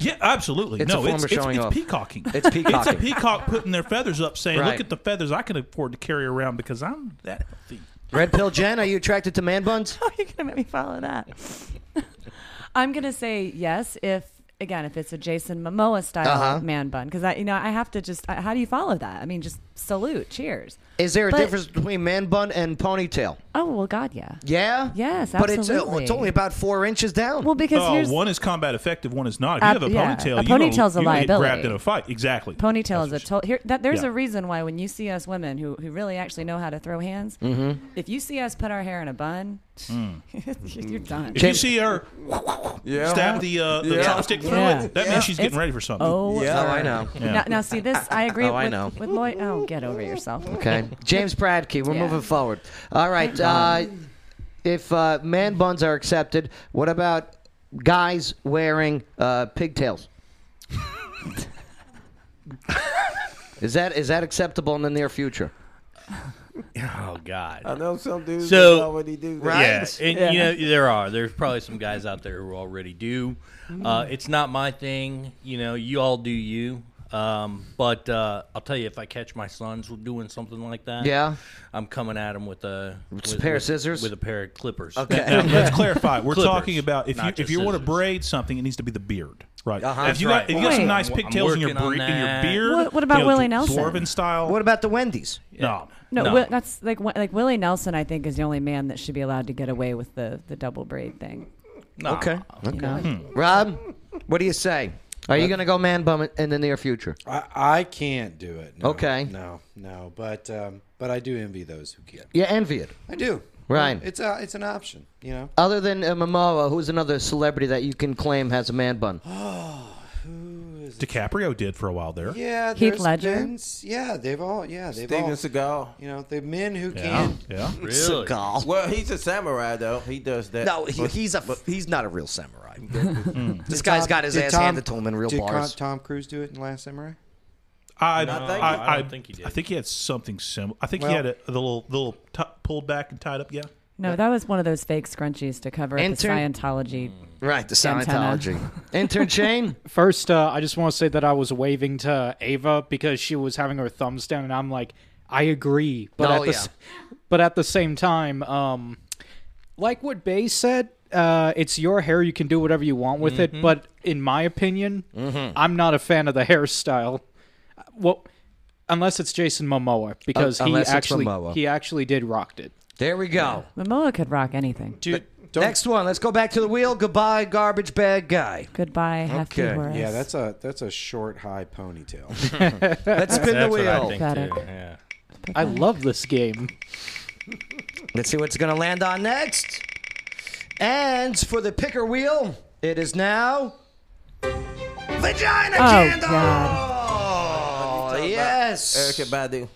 E: Yeah, absolutely.
A: It's
E: no,
A: a form
E: it's,
A: of
E: it's-
A: showing
E: it's
A: off.
E: peacocking.
A: It's peacocking.
E: It's a peacock putting their feathers up, saying,
A: Right.
E: "Look at the feathers I can afford to carry around because I'm that healthy."
A: Red pill Jen, are you attracted to man buns?
G: How are you going to make me follow that? I'm going to say yes if, again, if it's a Jason Momoa style
A: Uh-huh.
G: man bun. Because, I, you know, I have to just, I, how do you follow that? I mean, just salute, cheers.
A: Is there a
G: But-
A: difference between man bun and ponytail?
G: Oh, well, God, yeah.
A: Yeah.
G: Yes,
A: But it's uh,
G: absolutely.
A: it's only about four inches down.
G: Well, because
E: Oh,
G: here's,
E: one is combat effective, one is not. If you
G: Ab-
E: have a
G: yeah.
E: ponytail,
G: A
E: you don't-
G: ponytail's a
E: you don't get grabbed
G: liability.
E: in a fight. Exactly.
G: ponytail is a total. Here, that, there's
E: yeah.
G: a reason why when you see us women who, who really actually know how to throw hands,
A: Mm-hmm.
G: if you see us put our hair in a bun, you're done.
E: Hmm. If you see her
A: Uh-huh.
D: Yeah.
E: stab the, uh, the
D: Yeah.
E: chopstick through
G: Yeah.
E: it, that means she's getting
G: It's-
E: ready for something.
G: Oh,
A: Oh, I
G: sure.
A: know.
G: Now, now, see this. I agree
A: Oh,
G: with,
A: I know.
G: with Lloyd. Oh, get over yourself.
A: Okay. James Bradkey, we're
G: Yeah. Um,
A: moving forward. All right. Uh, if uh, man buns are accepted, what about guys wearing uh, pigtails? is that is that acceptable in the near future?
C: Oh God.
D: I know some dudes
C: So-
D: that already do that.
C: Yeah, and you know there are. There's probably some guys out there who already do. Uh,
E: Mm-hmm.
C: it's not my thing. You know, you all do you. Um, but uh, I'll tell you, if I catch my sons doing something like that,
A: Yeah.
C: I'm coming at them with a
A: a
C: with-
A: pair of
C: with-
A: scissors?
C: with a pair of clippers.
A: Okay.
E: Now, let's clarify. We're
C: Clippers,
E: talking about if you
C: not
E: if
C: just
E: you want to
C: scissors.
E: braid something, it needs to be the beard, right?
A: Uh-huh.
E: if you
C: That's
E: got
C: right.
E: if you got some
G: Wait.
E: nice
C: I'm
E: pigtails in your
C: working on
E: bre- in your
C: that.
E: beard,
G: What- what about
E: you know,
G: Willie
E: dw-
G: Nelson?
E: Dwarven style.
A: What about the Wendy's?
E: no,
G: No, Will, that's like Wi- like Willie Nelson. I think is the only man that should be allowed to get away with the the double braid thing.
A: Okay.
G: You know?
I: Hmm.
A: Rob, what do you say? Are you going to go man bun in the near future?
I: I, I can't do it. No,
A: Okay.
I: No, no, but um, but I do envy those who can.
A: You envy it.
I: I do.
A: Right.
I: It's a it's an option, you know.
A: Other than uh, Momoa, who's another celebrity that you can claim has a man bun?
E: DiCaprio did for a while there.
I: Yeah,
G: Heath
I: there's
G: Ledger?
I: been s- yeah, they've all yeah they've
D: Steven
I: all
D: Seagal.
I: you know the men who
E: Yeah,
I: can.
E: yeah.
C: Really?
D: Well, he's a samurai though. He does that.
A: No, he,
D: But-
A: he's a he's not a real samurai. this guy's got his
I: Did
A: ass
I: Tom-
A: handed to him in real
I: did Con-
A: bars.
I: Tom Cruise do it in Last Samurai?
E: I,
D: No,
E: I,
D: I
E: I,
C: don't think he did.
E: I think he had something similar. I think he
I: Well-
E: had a, the little the little t- pulled back and tied up. Yeah.
G: No, that was one of those fake scrunchies to cover up
A: Enter-
G: the Scientology.
I: Hmm.
A: Right, the
G: Antenna.
A: Scientology. Intern Shane?
F: First, uh, I just want to say that I was waving to Ava because she was having her thumbs down, and I'm like, I agree, but
A: Oh,
F: at the
A: yeah.
F: s- but at the same time, um, like what Bay said, uh, it's your hair; you can do whatever you want with
A: Mm-hmm.
F: it. But in my opinion, I'm not a fan of the hairstyle. Well, unless it's Jason Momoa, because he
A: unless it's
F: actually
A: Momoa.
F: he actually did rocked it.
A: There we go.
G: Momoa could rock anything.
I: Dude, don't.
A: Next one. Let's go back to the wheel. Goodbye, garbage bag guy.
G: Goodbye, hefty
A: Okay.
G: Horace.
I: yeah, that's a that's a short high ponytail.
A: Let's spin the
C: That's what I
A: wheel.
C: think
G: Pathetic.
C: too. Yeah.
F: I love this game.
A: Let's see what's going to land on next. And for the picker wheel, it is now vagina
G: Oh,
A: candle.
D: Erica
A: yes.
D: Badu.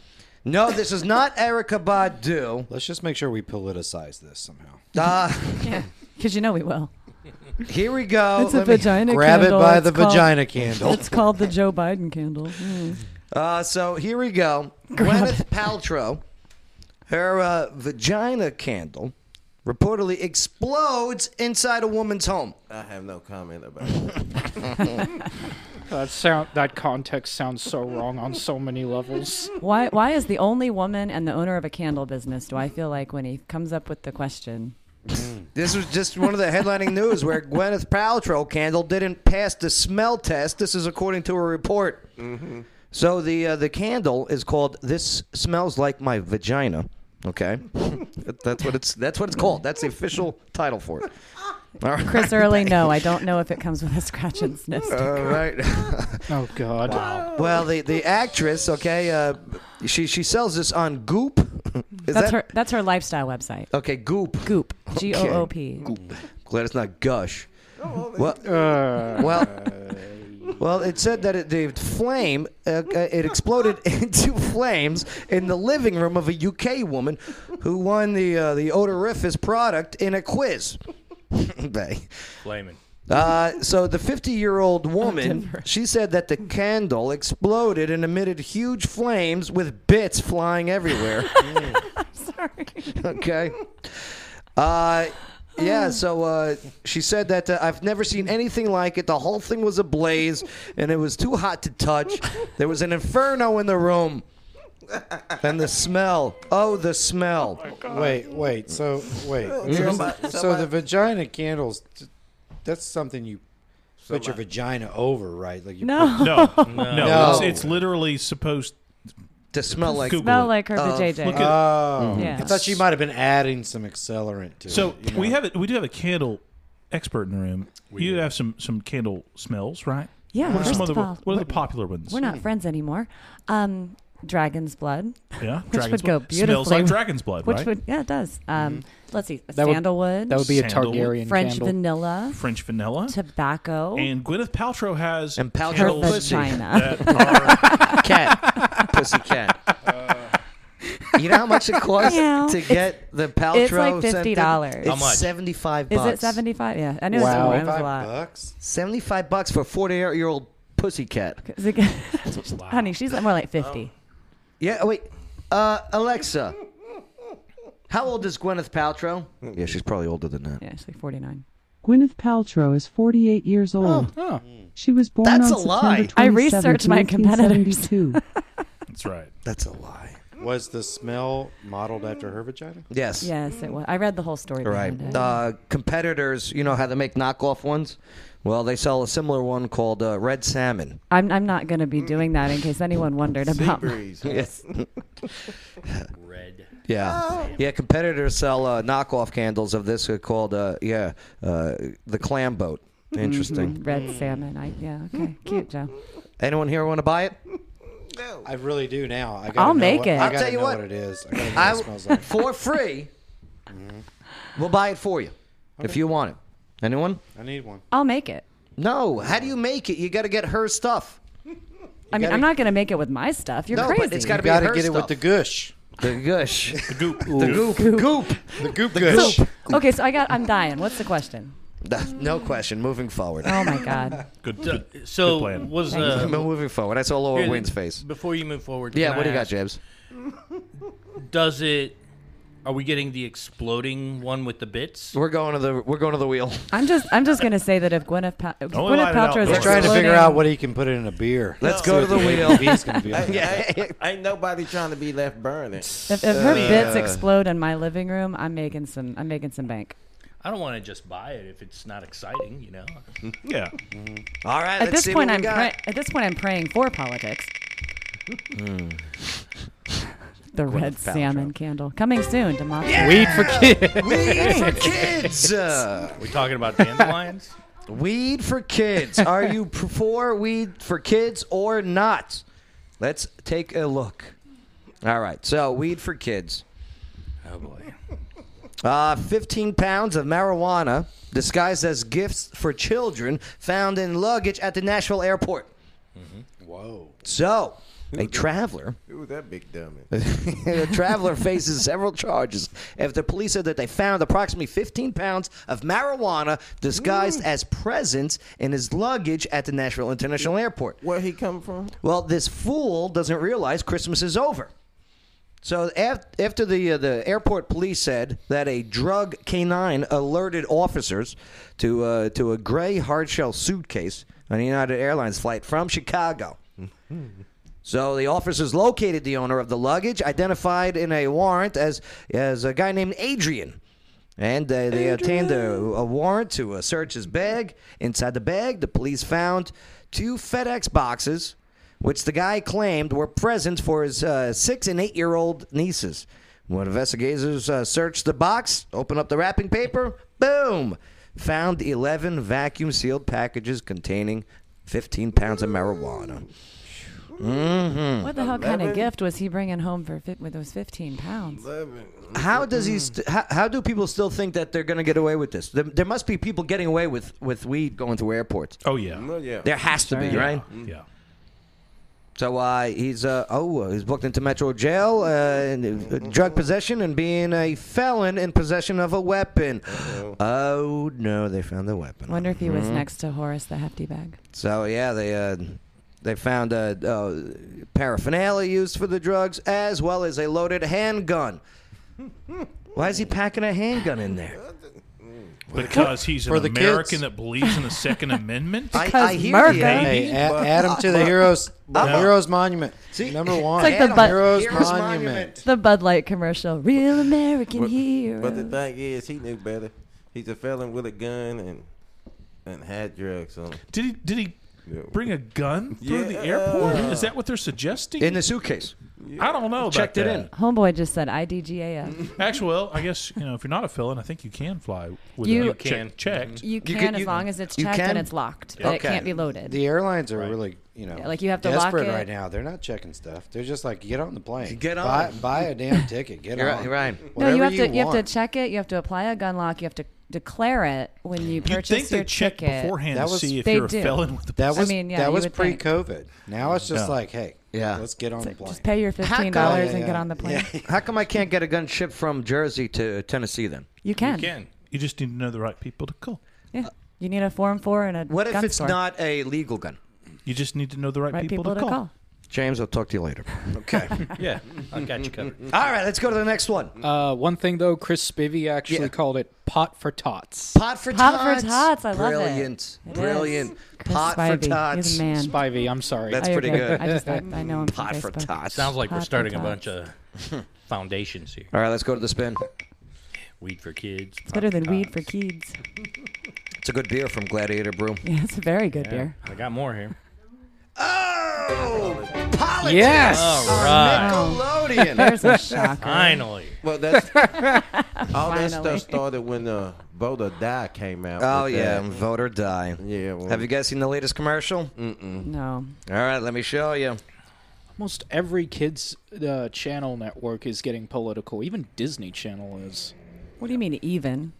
A: No, this is not Erica Badu.
I: Let's just make sure we politicize this somehow.
A: Uh,
G: Because you know we will.
A: here we go.
G: It's a
A: Let me-
G: vagina
I: Grab
G: candle.
I: it by
G: It's
I: the
G: called-
I: vagina candle.
G: It's called the Joe Biden candle. Mm.
A: Uh, so here we go. Gwyneth Paltrow, her uh, vagina candle reportedly explodes inside a woman's home.
D: I have no comment about it.
F: That sound that context sounds so wrong on so many levels.
G: Why? Why is the only woman and the owner of a candle business? Do I feel like when he comes up with the question?
A: This was just one of the headlining news where Gwyneth Paltrow candle didn't pass the smell test. This is according to a report. So the uh, the candle is called "This Smells Like My Vagina." Okay, That- that's what it's that's what it's called. That's the official title for it. All right.
G: Chris Early, no, I don't know if it comes with a scratch and sniff. sticker.
A: All right.
F: Oh God.
A: Well, the, the actress, okay, uh, she she sells this on Goop. Is that
G: that's her. That's her lifestyle website.
A: okay? Goop.
G: Goop. G O O P.
A: Goop. Glad it's not Gush. Well, well, well, it said that it, the flame uh, uh, it exploded into flames in the living room of a UK woman who won the uh, the odoriferous product in a quiz. Bay.
C: Flaming.
A: Uh, so the 50-year-old woman, she said that the candle exploded and emitted huge flames with bits flying everywhere.
G: Sorry.
A: okay. Uh, yeah, so uh, she said that uh, I've never seen anything like it. The whole thing was ablaze, and it was too hot to touch. There was an inferno in the room. And the smell. Oh, the smell.
I: Wait, wait. So wait. Here's the- so the vagina candles. That's something you put your vagina over, right? Like you
G: No.
E: No, no, It's,
A: No.
E: it's literally supposed.
A: to smell like.
E: Google
G: Smell
E: it.
G: like her
A: Uh,
G: vajayjay.
E: Look at,
I: Oh,
G: Yeah.
I: I thought she might have been adding some accelerant to
E: so
I: it. you know?
E: we have it. We do have a candle expert in the room. you have some some candle smells, right?
G: Yeah,
E: What are some
G: first
E: other?
G: of all,
E: what are the popular ones?
G: We're not friends anymore. Um, dragon's blood,
E: Yeah,
G: which would go
E: blood. Smells like
G: beautifully-
E: dragon's blood,
G: which
E: right?
G: would yeah, it does. Um, let's see,
F: That would-
G: sandalwood,
F: That would be a
E: Sandalwood.
F: Targaryen
G: French
F: candle.
G: vanilla,
E: French vanilla.
G: tobacco,
E: And Gwyneth Paltrow has
A: And Paltrow
G: her
E: candles
A: pussy.
G: vagina.
E: that are
A: cat, pussy cat. you know how much it costs
G: Meow.
A: to get the Paltrow?
G: it's like
A: scented?
G: $50.
A: It's
G: How
C: much?
A: Seventy-five.
G: Is
A: bucks.
G: it seventy five? Yeah, I knew it was
F: Wow.
G: more. It was a
I: five
G: lot.
I: bucks.
A: Seventy-five bucks for a forty-year-old pussy cat.
G: Is it- Honey, she's more like fifty.
A: Yeah. oh, Wait, uh, Alexa. How old is Gwyneth Paltrow? Yeah, she's probably older than that.
G: Yeah, she's like forty nine.
J: Gwyneth Paltrow is 48 years old.
F: Oh.
J: She was born
A: That's
J: on
A: a lie.
J: September 27,
G: I researched my competitors.
J: 1972.
E: That's right.
A: That's a lie.
I: Was the smell modeled after her vagina?
A: Yes.
G: Yes, it was. I read the whole story.
A: Right.
G: behind it.
A: Uh, competitors, you know how they make knockoff ones? Well, they sell a similar one called uh, Red Salmon.
G: I'm I'm not going to
A: Mm.
G: be doing that in case anyone wondered
D: Sea
G: about.
D: breeze.
A: Yes.
C: Red.
A: Yeah, yeah. Competitors sell uh, knockoff candles of this uh, called uh, yeah uh, the clam boat. Interesting.
G: Red salmon. I, yeah. Okay. Cute, Joe.
A: Anyone here want to buy it?
I: I really do now. I gotta
G: I'll
I: know
G: make
I: what,
G: it.
I: I
G: I'll
I: gotta
A: tell you
I: know
A: what.
I: what. it is. I gotta know
A: I
I: what it smells like.
A: for free. We'll buy it for you if you want it. Anyone?
I: I need one.
G: I'll make it.
A: No. How do you make it? You got to get her stuff.
G: I mean, I'm not going to make it with my stuff. You're
A: No, but
G: crazy.
A: it's gotta
I: You
A: be
I: gotta
A: her
I: get it
A: stuff.
I: with the gush.
A: The gush. The
E: Goop.
A: goop. Goop.
I: The goop gush.
G: okay, so I got. I'm dying. What's the question?
A: No question. Moving forward.
G: Oh my God.
E: Good.
C: So,
E: good.
C: so
E: plan.
C: was uh,
A: Moving forward. I saw Laura
C: here,
A: Wynn's face.
C: Before you move forward,
A: Yeah.
C: can
A: What
C: I
A: do you got,
C: ask,
A: Jabs?
C: Does it? Are we getting the exploding one with the bits?
A: We're going to the we're going to the wheel.
G: I'm just. I'm just going to say that if Gwyneth, pa- if
E: Don't light
G: Gwyneth
E: it up.
G: Paltrow is
E: We're
I: He's trying to figure
G: exploding-
I: out what he can put in a beer.
A: Let's
I: See
A: go
I: what
A: to the
I: the
A: wheel.
I: ABV's gonna be on
D: Ain't,
I: that.
D: ain't- ain't nobody trying to be left burning.
G: If, if her bits explode in my living room, I'm making some. I'm making some bank.
C: I don't want to just buy it if it's not exciting, you know.
E: Yeah.
A: All right.
G: At
A: let's see
G: this
A: what
G: point,
A: we
G: I'm.
A: got.
G: Pra- at this point, I'm praying for politics.
I: Hmm.
G: the red salmon candle coming soon to Moscow.
F: Weed for kids.
A: Weed for kids. Uh,
C: We're talking about dandelions.
A: weed for kids. Are you p- for weed for kids or not? Let's take a look. All right. So, weed for kids.
C: oh boy.
A: Uh, 15 pounds of marijuana disguised as gifts for children found in luggage at the Nashville airport.
C: Mm-hmm.
I: Whoa.
A: So, a traveler
D: Ooh, that big dummy.
A: the traveler faces several charges after police said that they found approximately 15 pounds of marijuana disguised
D: Mm.
A: as presents in his luggage at the Nashville International Airport.
D: Where he come from?
A: Well, this fool doesn't realize Christmas is over. So af- after the uh, the airport police said that a drug canine alerted officers to uh, to a gray hardshell suitcase on a United Airlines flight from Chicago. So the officers located the owner of the luggage, identified in a warrant as as a guy named Adrian, and uh, they obtained a, a warrant to uh, search his bag. Inside the bag, the police found two FedEx boxes, which the guy claimed were presents for his uh, six and eight year old nieces. When investigators uh, searched the box, opened up the wrapping paper, boom, found 11 vacuum sealed packages containing 15 pounds of marijuana.
G: What the hell kind of gift was he bringing home for fit with those 15 pounds?
A: How does he? St- how, how do people still think that they're going to get away with this? There, there must be people getting away with with weed going through airports.
E: Oh yeah.
D: Oh yeah.
A: There has to be, right?
E: Yeah.
A: So uh, he's uh, oh uh, he's booked into Metro Jail uh, and uh, drug possession and being a felon in possession of a weapon. oh no, they found the weapon.
G: Wonder if he was
A: Mhm.
G: next to Horace the hefty bag.
A: So yeah, they uh, they found uh, uh, paraphernalia used for the drugs as well as a loaded handgun. Why is he packing a handgun in there?
E: Because he's an
A: For the kids.
E: American that believes in the Second Amendment.
A: I- I hear Because you. murder.
E: Maybe,
H: Hey, add,
E: but-
H: add 'em to the
E: but-
H: heroes. The
E: but-
H: heroes monument. number one.
G: like the
H: Add 'em.
G: Bud-
H: heroes,
G: Heroes
H: monument.
G: The Bud Light commercial, real American
D: But-
G: hero.
D: But the thing is, he knew better. He's a felon with a gun and and had drugs on him.
E: Did he? Did he? Bring a gun through the
D: Yeah.
E: airport? Is that what they're suggesting?
D: In the
A: suitcase.
E: I don't know. about that.
G: Homeboy just said
H: Mm.
G: IDGAF.
E: Actually, well, I guess you know if you're not a felon, I think you can fly with
G: You-
E: a
G: You
E: check-
G: can.
E: checked.
G: You can as long as it's checked and it's locked, but it can't be loaded.
H: The airlines are really, you know,
G: Yeah, like you have to lock
H: desperate
G: it.
H: right now. They're not checking stuff. They're just like, get on the plane,
A: Get on.
H: buy, buy a damn ticket, get
A: You're
H: on.
A: right, you're right. No,
G: no,
H: Whatever
G: you have to you have
H: want.
G: to check it. You have to apply a gun lock. You have to declare it when you
H: You'd
G: purchase
H: think they
G: your
H: check
G: ticket.
H: beforehand That to was- see if
G: They
H: you're a
G: do.
H: felon with the That
G: I
H: was-
G: mean, yeah,
H: that
G: you
H: was
G: would think.
H: pre-COVID. Now it's just
A: Yeah.
H: like, hey,
A: Yeah.
H: let's get on the plane.
G: Just pay your fifteen dollars and get on the plane.
A: How come I can't get a gun shipped from Jersey to Tennessee then?
G: You can. You
E: You just need to know the right people to call.
G: Yeah. You need a form four and a
A: What if
G: gun
A: it's
G: store.
A: not a legal gun?
E: You just need to know the right,
G: Right people people to to call. call.
A: James, I'll talk to you later. Okay.
C: yeah, I've got you covered.
A: All right, let's go to the next one.
F: Uh, one thing though, Chris Spivey actually called it pot for tots.
A: Pot for
G: Pot for tots, I love it.
A: Brilliant.
G: It is.
A: Brilliant.
G: Chris
A: Pot
G: Spivey,
A: for
G: he's a
A: tots.
G: man.
F: Spivey, I'm sorry.
A: That's
G: I
A: pretty
G: agree.
A: good.
G: I just- I- I know him from
A: Pot for
G: Facebook.
A: tots.
C: Sounds like we're
G: Hot
C: starting a
G: potato.
C: bunch of foundations here.
A: All right, let's go to the spin.
C: Weed for kids.
G: It's better
A: Oh,
G: than weed for kids.
A: It's a good beer from Gladiator Brew.
G: Yeah, it's a very good beer.
C: I got more here.
A: Oh, Politics
F: Yes.
A: on
C: All right.
A: Nickelodeon.
G: There's a shocker.
C: Finally.
D: Well, that's all that
G: Finally.
D: stuff started when uh, Voter Die came out.
A: Oh
D: with
A: yeah,
D: that.
A: vote or die.
D: yeah. well,
A: Have you guys seen the latest commercial? Mm-mm.
G: No.
A: All right, let me show you.
F: Almost every kids' uh, channel network is getting political. Even Disney Channel is.
G: What do you mean even?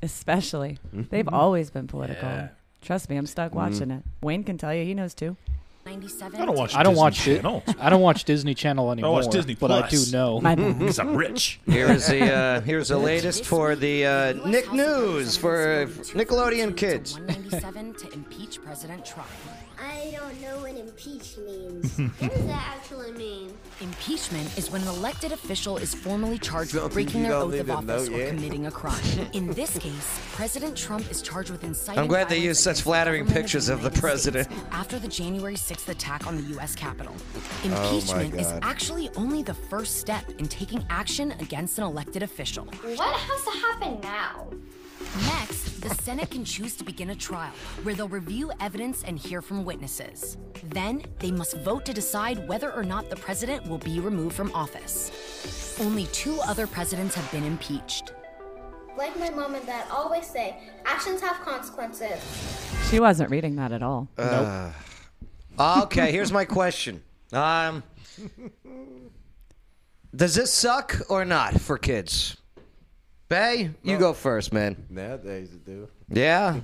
G: Especially.
A: Mm-hmm.
G: They've always been political.
F: Yeah.
G: Trust me, I'm stuck watching it. Wayne can tell you, he knows too.
K: 97.
E: I don't watch.
F: I don't
E: Disney
F: watch it.
E: Channel.
F: I don't watch Disney Channel
E: I
F: anymore.
E: watch Disney
F: but I do
E: Plus.
F: know.
E: My bad. 'Cause I'm rich.
A: Here is the uh, here's the latest for the uh, Nick News for Nickelodeon kids.
K: 197 to impeach President Trump.
L: I don't know what impeach means. what does that actually mean?
K: Impeachment is when an elected official is formally charged
D: Don't
K: with breaking
D: you
K: their
D: don't
K: oath
D: need
K: of
D: to
K: office
D: know
K: or
D: yet.
K: committing a crime. In this case, President Trump is charged with inciting
A: I'm glad they
K: violence
A: used such
K: against
A: flattering
K: the government
A: pictures of the
K: United
A: president.
K: States after the January 6th attack on the U.S. Capitol.
A: Oh my
K: Impeachment is
A: God.
K: actually only the first step in taking action against an elected official.
L: What has to happen now?
K: Next, the Senate can choose to begin a trial where they'll review evidence and hear from witnesses. Then, they must vote to decide whether or not the president will be removed from office. Only two other presidents have been impeached.
L: Like my mom and dad always say, actions have consequences.
G: She wasn't reading that at all.
A: Uh, okay, here's my question. Um, does this suck or not for kids? Bay, you go first, man.
D: Nowadays it do.
A: Yeah.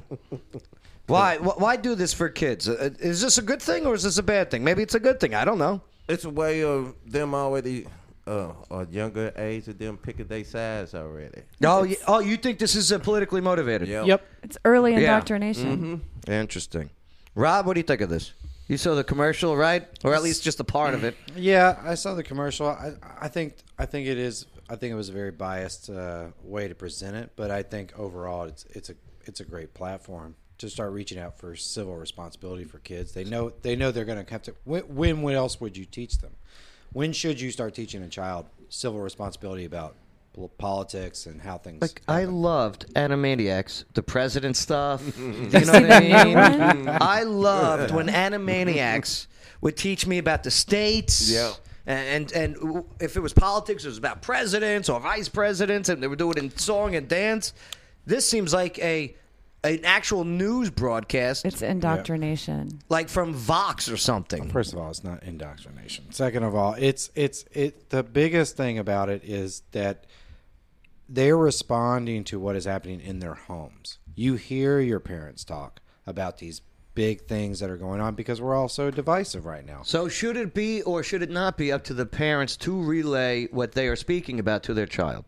A: Why? wh- Why do this for kids? Uh, Is this a good thing or is this a bad thing? Maybe it's a good thing. I don't know.
D: It's a way of them already, uh, or younger age of them picking their sides already.
A: Oh, you, oh, you think this is uh, politically motivated?
G: Yep. It's early
A: Yeah.
G: indoctrination.
A: Mhm. Interesting. Rob, what do you think of this? You saw the commercial, right? Or at least just a part of it.
H: Yeah, I saw the commercial. I, I think I think it is. I think it was a very biased uh, way to present it, but I think overall it's it's a it's a great platform to start reaching out for civil responsibility for kids. They know they know they're going to have to. When, when what else would you teach them? When should you start teaching a child civil responsibility about pol- politics and how things?
A: Like I loved Animaniacs, the president stuff. you
H: you
A: know what
H: see
A: I
H: the new
A: mean?
H: one?
A: I loved when Animaniacs would teach me about the states.
D: Yeah.
A: And and w- if it was politics, it was about presidents or vice presidents, and they would do it in song and dance. This seems like a an actual news broadcast.
G: It's indoctrination.
A: like from Vox or something.
H: First of all, it's not indoctrination. Second of all, it's it's it. The biggest thing about it is that they're responding to what is happening in their homes. You hear your parents talk about these
I: big things that are going on because we're all so divisive right now.
A: So should it be or should it not be up to the parents to relay what they are speaking about to their child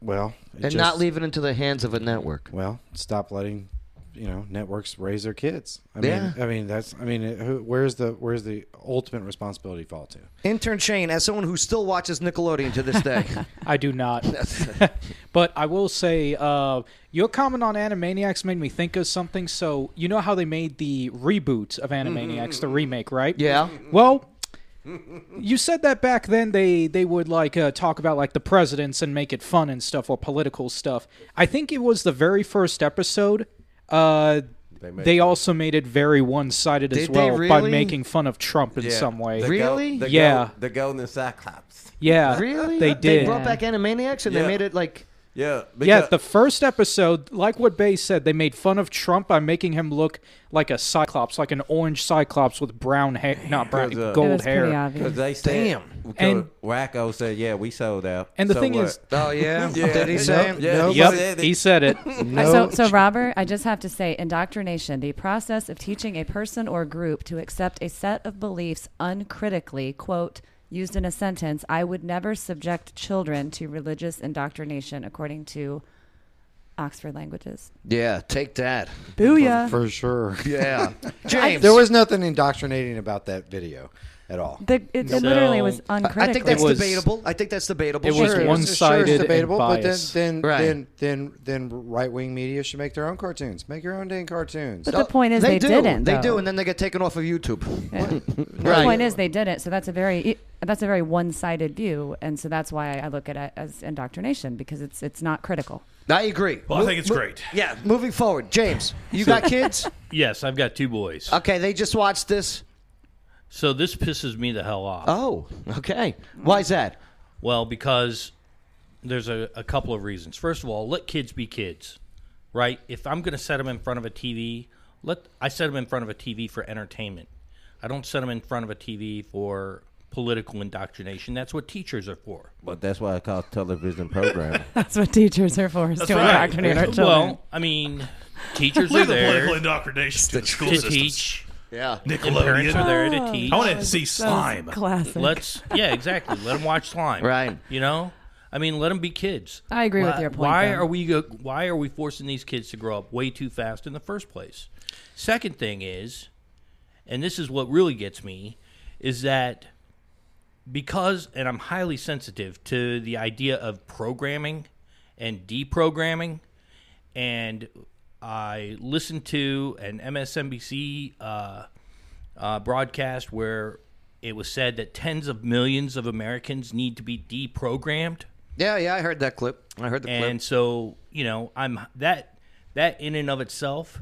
I: Well, it
A: and not
I: just-
A: leave it into the hands of a network?
I: Well, stop letting you know networks raise their kids. I
A: Yeah.
I: mean, I mean that's I mean who, where's the where's the ultimate responsibility fall to?
A: Intern Shane, as someone who still watches Nickelodeon to this day,
F: I do not. but I will say, uh, your comment on Animaniacs made me think of something. So you know how they made the reboot of Animaniacs, the remake, right?
A: Yeah.
F: Well, you said that back then they they would like uh, talk about like the presidents and make it fun and stuff or political stuff. I think it was the very first episode. Uh, they,
D: made it-
F: also made it very one-sided as
D: Did
F: well
D: they
F: by
D: really?
F: making fun of Trump in
D: Yeah,
F: some way.
D: the go- the go-
F: yeah.
D: the golden cyclops.
F: Yeah,
A: really,
F: they did.
A: They brought back Animaniacs and
D: Yeah.
A: they made it like
D: Yeah,
F: yeah, the first episode, like what Bay said, they made fun of Trump by making him look like a cyclops, like an orange cyclops with brown hair, not brown,
D: Because, uh,
F: gold hair.
D: Because they said, because
F: And-
D: Wacko said, "Yeah, we sold out."
F: And the
D: So
F: thing
D: what?
F: is,
A: Oh,
D: yeah. Nope. Yeah, he
F: Yep,
D: said
F: he said it.
G: So, so Robert, I just have to say, indoctrination, the process of teaching a person or group to accept a set of beliefs uncritically, quote, used in a sentence, I would never subject children to religious indoctrination according to Oxford languages.
A: yeah, take that,
G: Booyah.
I: for, for sure.
A: Yeah.
G: James.
I: there was nothing indoctrinating about that video at all.
G: The, it, it literally was
A: I- I think
G: uncritically.
A: that's debatable. I think that's debatable.
F: it was
A: Sure.
F: one-sided
I: Sure, it's
F: and
I: debatable, but then
F: biased.
I: then,
A: Right.
I: then then then right-wing media should make their own cartoons. Make your own dang cartoons.
G: But the point is they
A: do.
G: didn't,
A: Oh, They
G: though.
A: do, and then they get taken off of YouTube.
G: The point is, they did it, so that's a very e, that's a very one-sided view, and so that's why I look at it as indoctrination because it's it's not critical.
A: I agree.
C: Well, I think it's great.
A: Yeah, moving forward, James, you got kids?
C: Yes, I've got two boys.
A: Okay, they just watched this.
C: So this pisses me the hell off.
A: Oh, okay. Why is that?
C: Well, because there's a, a couple of reasons. First of all, let kids be kids, right? If I'm going to set them in front of a TV, let I set them in front of a TV for entertainment. I don't set them in front of a TV for political indoctrination. That's what teachers are for.
D: But that's why I call television program.
G: That's what teachers are for, is to indoctrinate our children.
C: Well, I mean, teachers are
E: Leave the
C: there
E: political indoctrination to the school
C: to
E: systems.
C: teach.
A: Yeah,
C: And parents are there to
G: Oh,
E: Nickelodeon.
C: teach.
E: I wanted to see slime.
G: Classic.
C: Let's yeah, exactly. Let them watch slime.
A: Right.
C: You know, I mean, let them be kids.
G: I agree with
C: Why-
G: your point,
C: Why
G: though.
C: are we go, Why are we forcing these kids to grow up way too fast in the first place? Second thing is, and this is what really gets me, is that because and I'm highly sensitive to the idea of programming and deprogramming, and I listened to an MSNBC uh, uh, broadcast where it was said that tens of millions of Americans need to be deprogrammed,
A: Yeah, yeah, I heard that clip. I heard the
C: and
A: clip.
C: so you know I'm that that in and of itself,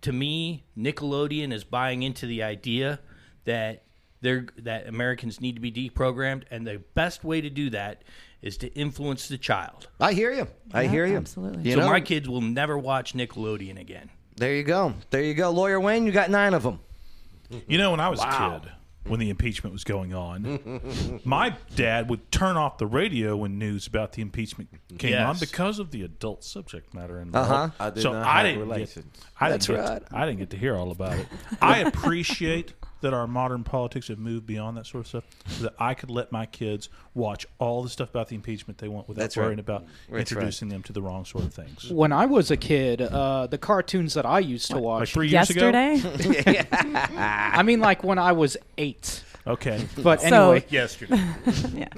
C: to me, Nickelodeon is buying into the idea that they're that Americans need to be deprogrammed, and the best way to do that is to influence the child.
A: I hear you. I
G: Yeah,
A: hear you.
G: absolutely.
A: You
C: so
A: know,
C: my kids will never watch Nickelodeon again.
A: there you go. There you go, lawyer Wayne. You got nine of them.
E: You know, when I was a kid, when the impeachment was going on, my dad would turn off the radio when news about the impeachment came
C: Yes.
E: on because of the adult subject matter involved.
A: Uh-huh.
D: I did
E: so
D: not
E: I
D: have
E: didn't get,
D: relations.
E: I
A: That's
E: didn't get,
A: right.
E: I didn't get to hear all about it. I appreciate that our modern politics have moved beyond that sort of stuff. So that I could let my kids watch all the stuff about the impeachment they want without
A: That's right.
E: worrying about introducing them to the wrong sort of things.
F: When I was a kid, uh, the cartoons that I used to
E: Like
F: watch,
E: three years ago.
G: Yesterday,
F: I mean, like when I was eight.
E: Okay.
F: But
G: So-
F: anyway,
C: Yesterday.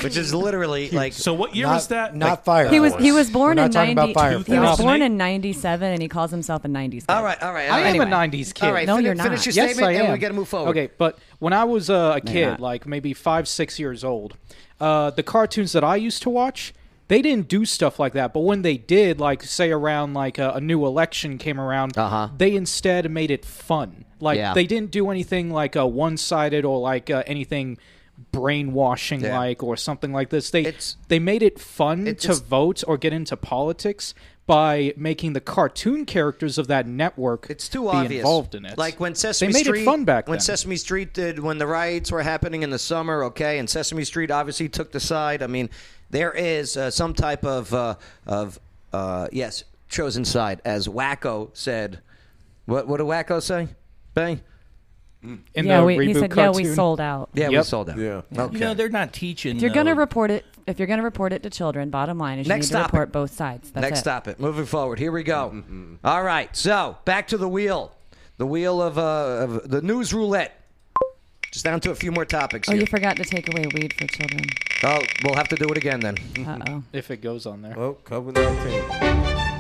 A: Which is literally like
E: So what year
I: not,
E: was that?
I: Not
E: Like,
I: fire.
G: he was he was born
I: We're not
G: in
I: talking about
G: ninety.
I: Firefox.
G: He was
E: 2008?
G: born in ninety seven, and he calls himself a nineties.
A: All right, all right. all
F: I
A: right.
F: am a '90s kid.
A: All right,
G: No,
A: fin-
G: you're not.
A: Finish your
F: yes,
A: statement,
F: I am.
A: and we got to move forward.
F: Okay, but when I was uh, a
G: you're
F: kid,
G: not.
F: like maybe five, six years old, uh, the cartoons that I used to watch, they didn't do stuff like that. But when they did, like say around like uh, a, a new election came around,
A: Uh-huh.
F: they instead made it fun. Like
A: Yeah.
F: they didn't do anything like uh, one sided or like uh, anything brainwashing
A: Yeah.
F: like or something like this. They
A: It's-
F: they made it fun
A: It
F: to
A: just-
F: vote or get into politics. By making the cartoon characters of that network
A: It's too
F: be
A: obvious.
F: involved in it.
A: Like when Sesame
F: they made
A: Street
F: it fun back
A: when
F: then.
A: Sesame Street did when the riots were happening in the summer, okay, and Sesame Street obviously took the side. I mean, there is uh, some type of uh, of uh, yes, chosen side as Wacko said What what did Wacko say? Bang.
G: In Yeah, the we- he reboot said, yeah, we cartoon? sold out.
A: Yeah, we
G: Yep.
A: sold out.
D: Yeah.
A: Okay.
C: You know, they're not teaching.
G: If you're gonna
C: though.
G: report it, if you're gonna report it to children, bottom line is you
A: Next
G: need to
A: topic.
G: report both sides. That's
A: Next
G: it.
A: stop it. Moving forward. Here we go. All right. So back to the wheel. The wheel of, uh, of the news roulette. Just down to a few more topics.
G: Oh,
A: here.
G: you forgot to take away weed for children.
A: Oh, we'll have to do it again then.
G: Uh-oh.
F: If it goes on there.
D: Oh, COVID 19.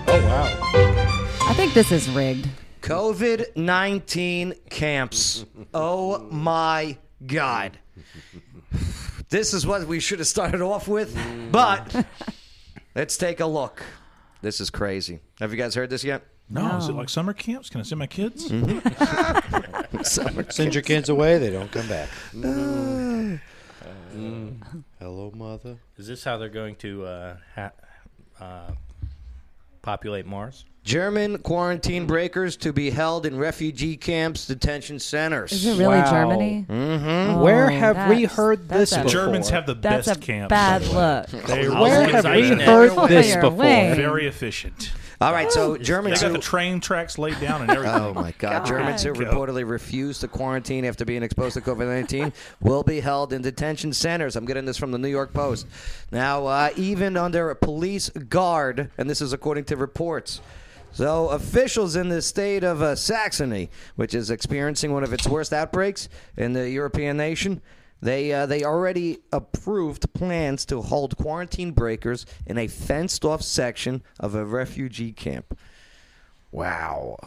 A: Oh, wow.
G: I think this is rigged.
A: COVID 19 camps. Oh, my God. This is what we should have started off with, but let's take a look. This is crazy. Have you guys heard this yet?
E: No, is it like summer camps? Can I send my kids?
H: Send your kids away, they don't come back. Hello, mother.
C: Is this how they're going to uh, ha- uh, populate Mars?
A: German quarantine breakers to be held in refugee camps, detention centers.
G: Is it really Wow. Germany?
A: Mm-hmm.
G: Oh, Where have we that's- heard that's this a-
E: The Germans have the
G: That's
E: best
G: a
E: camps.
G: bad
E: by the way.
G: look.
E: They
G: Where
E: really
G: have
E: good
G: we
E: at it.
G: heard Fire this before? away.
E: Very efficient.
A: All right, so Germans
E: They got
A: who-
E: the train tracks laid down and everything.
A: Oh my God! Germans who reportedly refused to quarantine after being exposed to COVID nineteen will be held in detention centers. I'm getting this from the New York Post. Now, uh, even under a police guard, and this is according to reports. So, officials in the state of uh, Saxony, which is experiencing one of its worst outbreaks in the European nation, they uh, they already approved plans to hold quarantine breakers in a fenced off section of a refugee camp. Wow.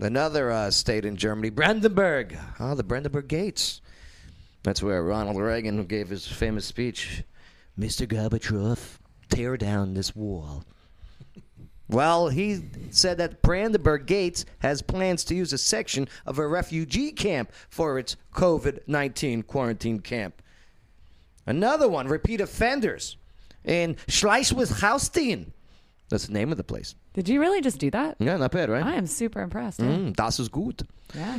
A: Another uh, state in Germany, Brandenburg. Ah, the Brandenburg Gates. That's where Ronald Reagan gave his famous speech Mr. Gorbachev, tear down this wall. Well, he said that Brandenburg Gates has plans to use a section of a refugee camp for its COVID 19 quarantine camp. Another one, repeat offenders in Schleswig-Holstein. That's the name of the place.
G: Did you really just do that?
A: Yeah, not bad, right?
G: I am super impressed. yeah.
A: Mm, das ist gut.
G: Yeah.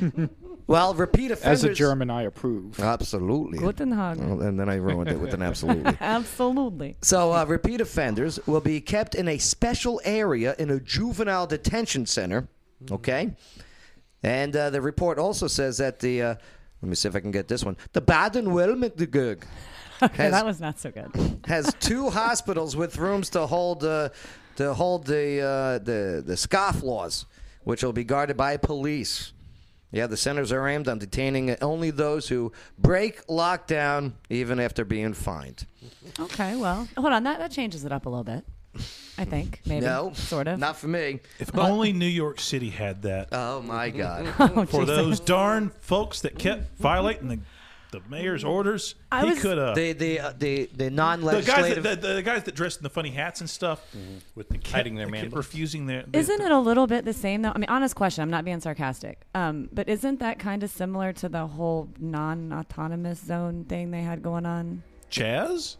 A: Well, repeat offenders.
F: As a German, I approve.
A: Absolutely.
G: Guten Tag.
A: Well, and then I ruined it with an absolutely.
G: Absolutely.
A: So, uh, repeat offenders will be kept in a special area in a juvenile detention center. Okay. And uh, the report also says that the, uh, let me see if I can get this one, the Baden Württemberg
G: Okay, that was not so good.
A: has two hospitals with rooms to hold uh, to hold the uh, the the scofflaws, which will be guarded by police. Yeah, the centers are aimed on detaining only those who break lockdown, even after being fined.
G: Okay, well, hold on. That, that changes it up a little bit. I think, maybe.
A: No,
G: sort of.
A: Not for me.
E: If only New York City had that.
A: Oh my God!
G: Oh,
E: For
G: Jesus.
E: those darn folks that kept violating the, the mayor's orders,
G: I
E: he
G: was-
E: could have.
A: the the uh, the the
E: The guys,
A: non-legislative.
E: that, the, the guys that dressed in the funny hats and stuff, with the
C: hiding their mandibles.
E: refusing their. their-
G: Isn't it a little bit the same though? I mean, honest question. I'm not being sarcastic. Um, but isn't that kind of similar to the whole non-autonomous zone thing they had going on?
E: Chaz?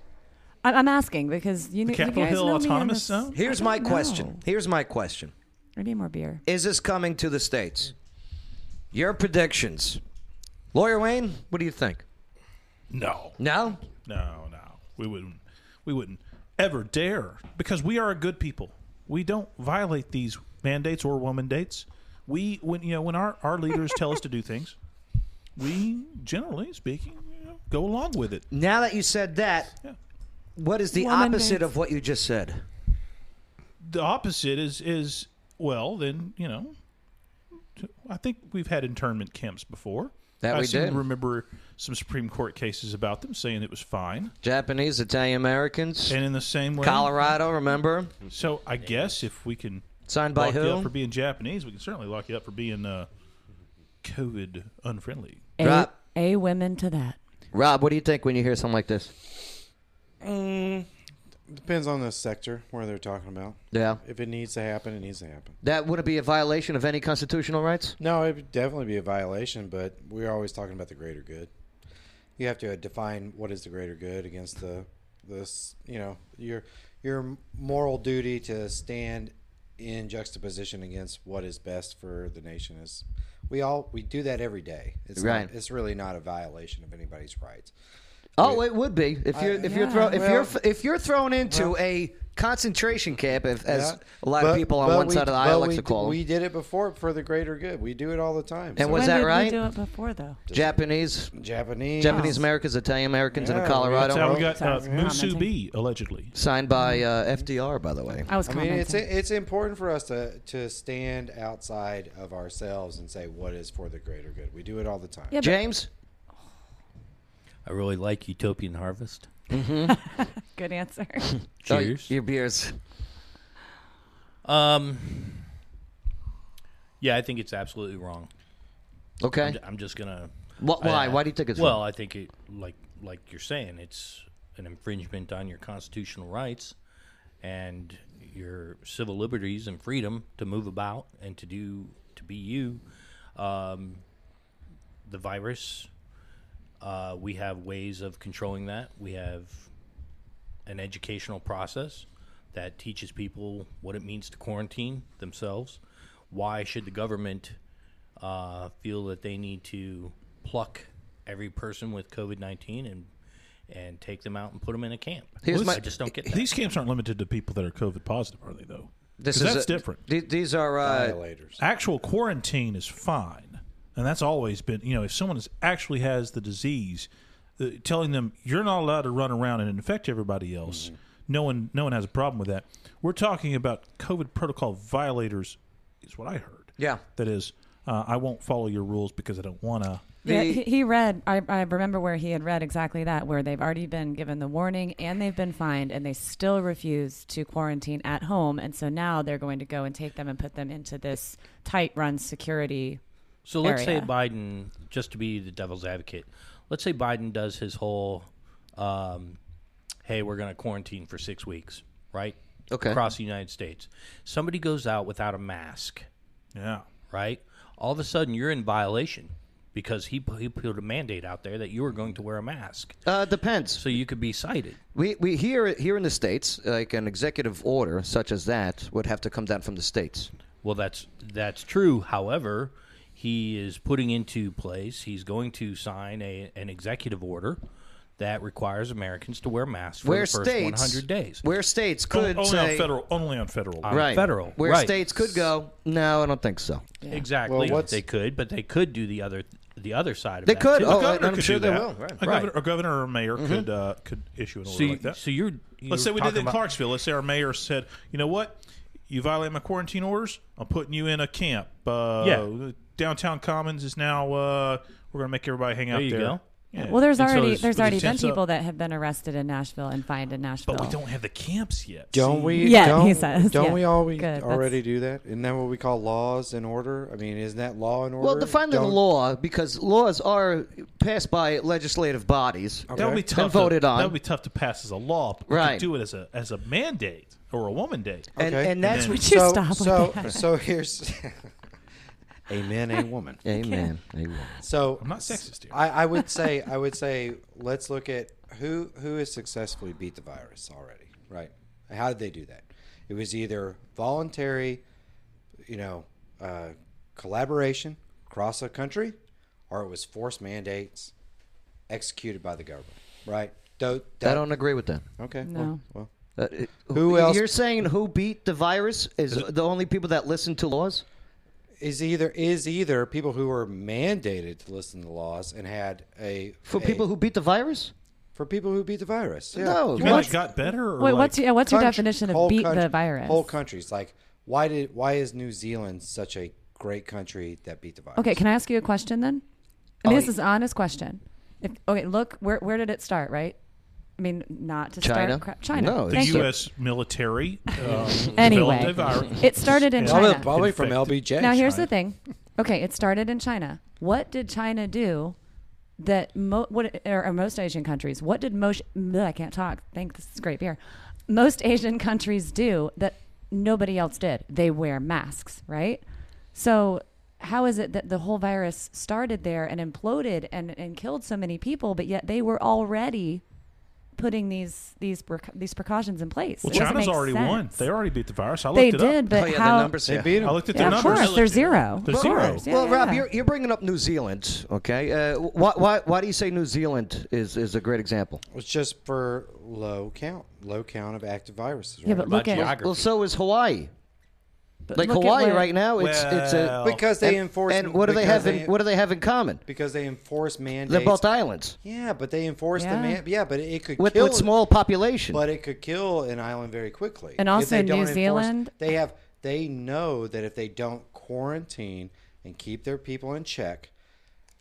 G: I- I'm asking because you, kn- you guys know me on this-
A: Here's
G: I
A: my
G: don't
A: question.
G: know.
A: Here's my question.
G: I need more beer.
A: Is this coming to the states? Your predictions, lawyer Wayne. What do you think?
E: No.
A: No.
E: No. No. We wouldn't. We wouldn't ever dare because we are a good people. We don't violate these mandates or woman dates. We when you know when our our leaders tell us to do things, we generally speaking you know, go along with it.
A: Now that you said that, what is the
E: Woman
A: opposite
E: dates.
A: of what you just said?
E: The opposite is is well then you know. I think we've had internment camps before.
A: That
E: I
A: we
E: seem to
A: did.
E: remember some Supreme Court cases about them saying it was fine.
A: Japanese, Italian Americans,
E: and in the same way,
A: Colorado. Remember?
E: So I guess if we can
A: Signed by
E: lock
A: who?
E: you up for being Japanese, we can certainly lock you up for being uh, COVID unfriendly.
G: A, a women to that.
A: Rob, what do you think when you hear something like this?
H: Mm, depends on the sector where they're talking about.
A: Yeah.
H: If it needs to happen, it needs to happen.
A: That wouldn't be a violation of any constitutional rights.
H: No, it would definitely be a violation, but we're always talking about the greater good. You have to define what is the greater good against the this, you know, your your moral duty to stand in juxtaposition against what is best for the nation is we all we do that every day. It's not-
A: Right.
H: it's really not a violation of anybody's rights.
A: Oh, it would be if
H: I-
A: you're if you're
H: Yeah.
A: throw, if
H: Well-
A: you're if you're thrown into
H: Well-
A: a concentration camp, if, as
H: Yeah.
A: a lot
H: But-
A: of people on
H: but
A: one
H: we-
A: side of the
H: but
A: aisle like
H: we
A: to
H: d-
A: call them.
H: We did it before for the greater good. We do it all the time.
A: And
H: so-
A: was that
G: did
A: right?
G: we do it before though?
A: Japanese,
H: Japanese,
A: Japanese Americans, Italian Americans in Colorado.
E: That's how we got uh, Musu B, allegedly.
A: Signed by uh, FDR, by the way.
H: mean, it's it's important for us to to stand outside of ourselves and say what is for the greater good. We do it all the time.
G: Yeah, but- James?
C: I really like Utopian Harvest.
G: Good answer.
A: Oh, your beers.
C: Um. Yeah, I think it's absolutely wrong.
A: Okay.
C: I'm, ju- I'm just gonna.
A: Wha-
C: I-
A: why?
C: I-
A: Why do you think it's
C: Well,
A: wrong?
C: I think it like like you're saying it's an infringement on your constitutional rights and your civil liberties and freedom to move about and to do to be you. Um, the virus. Uh, we have ways of controlling that. We have an educational process that teaches people what it means to quarantine themselves. Why should the government uh, feel that they need to pluck every person with COVID nineteen and and take them out and put them in a camp? I just don't get that.
E: These camps aren't limited to people that are COVID positive, are they? Though 'Cause that's
A: a-
E: different.
A: th- these are uh,
E: Actual quarantine is fine, and that's always been. You know, if someone is, actually has the disease, uh, telling them you're not allowed to run around and infect everybody else,
A: Mm-hmm.
E: no one, no one has a problem with that. We're talking about COVID protocol violators, is what I heard.
A: Yeah,
E: that is, uh, I won't follow your rules because I don't want to.
G: yeah, he, he read. I, I remember where he had read exactly that, where they've already been given the warning and they've been fined, and they still refuse to quarantine at home, and so now they're going to go and take them and put them into this tight-run security.
C: So let's
G: area.
C: say Biden, just to be the devil's advocate, let's say Biden does his whole, um, hey, we're going to quarantine for six weeks, right?
A: Okay.
C: Across the United States. Somebody goes out without a mask.
E: Yeah.
C: Right? All of a sudden, you're in violation because he, pu- he put a mandate out there that you were going to wear a mask.
A: Uh, depends. So
C: you could be cited.
A: We, we here here in the states, like an executive order such as that would have to come down from the states.
C: Well, that's that's true. However, he is putting into place. He's going to sign a, an executive order that requires Americans to wear masks for
A: Where
C: the first
A: states,
C: 100 days.
A: where states could
E: only
A: say
E: on Oh, federal, only on federal,
C: on
A: right,
C: federal,
A: where
C: right.
A: states could go. No, I don't think so.
C: Exactly. they could, but they could do the other the other side of
A: They
C: that.
A: could.
C: too.
A: Oh, and I'm sure they will. Right. Mm-hmm.
E: A, governor, a governor or a mayor
C: Mhm.
E: could uh, could issue an order
C: So you-
E: like that.
C: so you're- you're
E: let's say we did
C: talking
E: it in
C: about-
E: Clarksville. Let's say our mayor said, you know what, you violate my quarantine orders. I'm putting you in a camp. Uh,
C: Yeah.
E: Downtown Commons is now. Uh, we're gonna make everybody hang out
C: There you
E: there.
C: go.
E: Yeah.
G: Well, there's
E: And so
G: already
E: it's-
G: there's
E: it's
G: already
E: a
G: been
E: tense up.
G: people that have been arrested in Nashville and fined in Nashville.
E: But we don't have the camps yet.
H: Don't
E: See?
H: we?
G: Yeah,
H: don't,
G: he says,
H: Don't
G: yeah.
H: we always
G: Good, that's-
H: already do that? Isn't that what we call laws and order? I mean, isn't that law and order?
A: Well, define the
H: Don't-
A: law because laws are passed by legislative bodies
E: That would be
A: and
E: tough. to-
A: voted on.
E: That would be tough to pass as a law. But we could
A: Right.
E: do it as a as a mandate or a woman date.
A: And- Okay. and that's-
E: then-
A: Would
H: so,
A: you stop with
H: so,
A: that?
H: so here's. Amen, a woman.
A: Amen, a woman.
H: So
E: I'm not sexist here.
H: I, I would say I would say let's look at who who has successfully beat the virus already, right? How did they do that? It was either voluntary, you know, uh, collaboration across a country, or it was forced mandates executed by the government, right? Don't,
A: I don't agree with that.
H: Okay.
A: No.
H: Well,
A: Uh, it-
H: Who else-
A: You're saying who beat the virus is the only people that listen to laws?
H: is either is either people who were mandated to listen to laws and had a
A: For
H: a-
A: people who beat the virus?
H: for people who beat the virus. Yeah.
A: No,
E: You mean it got better? Or
G: Wait,
E: like,
G: what's your, yeah, what's your
H: Country-
G: definition of
H: whole
G: beat
H: country-
G: the virus?
H: Whole countries like why did why is New Zealand such a great country that beat the virus?
G: Okay, can I ask you a question then? I mean,
H: Oh,
G: this is an honest question. If, okay, look, where where did it start, right? I mean, not to
E: China.
G: start crap. China.
E: the
G: Thank you.
E: U.S. military. Um,
G: Anyway,
E: developed a virus.
G: it started in
H: Probably-
G: China.
H: probably from LBJ.
G: Now here's the thing. Okay, it started in China. What did China do? That mo- what or, or most Asian countries? What did most? bleh, I can't talk. Thank this is great beer. Most Asian countries do that nobody else did. They wear masks, right? So how is it that the whole virus started there and imploded and, and killed so many people, but yet they were already putting these these preca- these precautions in place.
E: Well,
G: It doesn't
E: China's
G: make
E: already
G: sense.
E: won. They already beat the virus. I
G: They
E: looked it up.
G: did, but Oh, yeah, their how- numbers,
E: They
G: yeah.
E: beat 'em. I looked at
G: Yeah,
E: their
G: of
E: numbers.
G: course, they're zero.
E: They're
G: Of
E: zero.
G: course, yeah,
A: well, Rob,
G: yeah.
A: you're, you're bringing up New Zealand, okay? Uh, why, why, why do you say New Zealand is, is a great example?
H: It's just for low count, low count of active viruses.
A: Yeah, but look at- Well, well, so is Hawaii. like
H: look at
A: Hawaii
H: what-
A: right now, it's it's a
H: Because they
A: and-
H: enforce-
A: And what do they
H: because
A: have? in,
H: they-
A: what do they have in common?
H: because they enforce mandates.
A: They're both islands
H: Yeah, but they enforce
G: Yeah.
H: the man. Yeah, but it could
A: with,
H: kill
A: with small population.
H: But it could kill an island very quickly.
G: And
H: If
G: also
H: they
G: in
H: don't
G: New
H: enforce-
G: Zealand-
H: they have they know that if they don't quarantine and keep their people in check,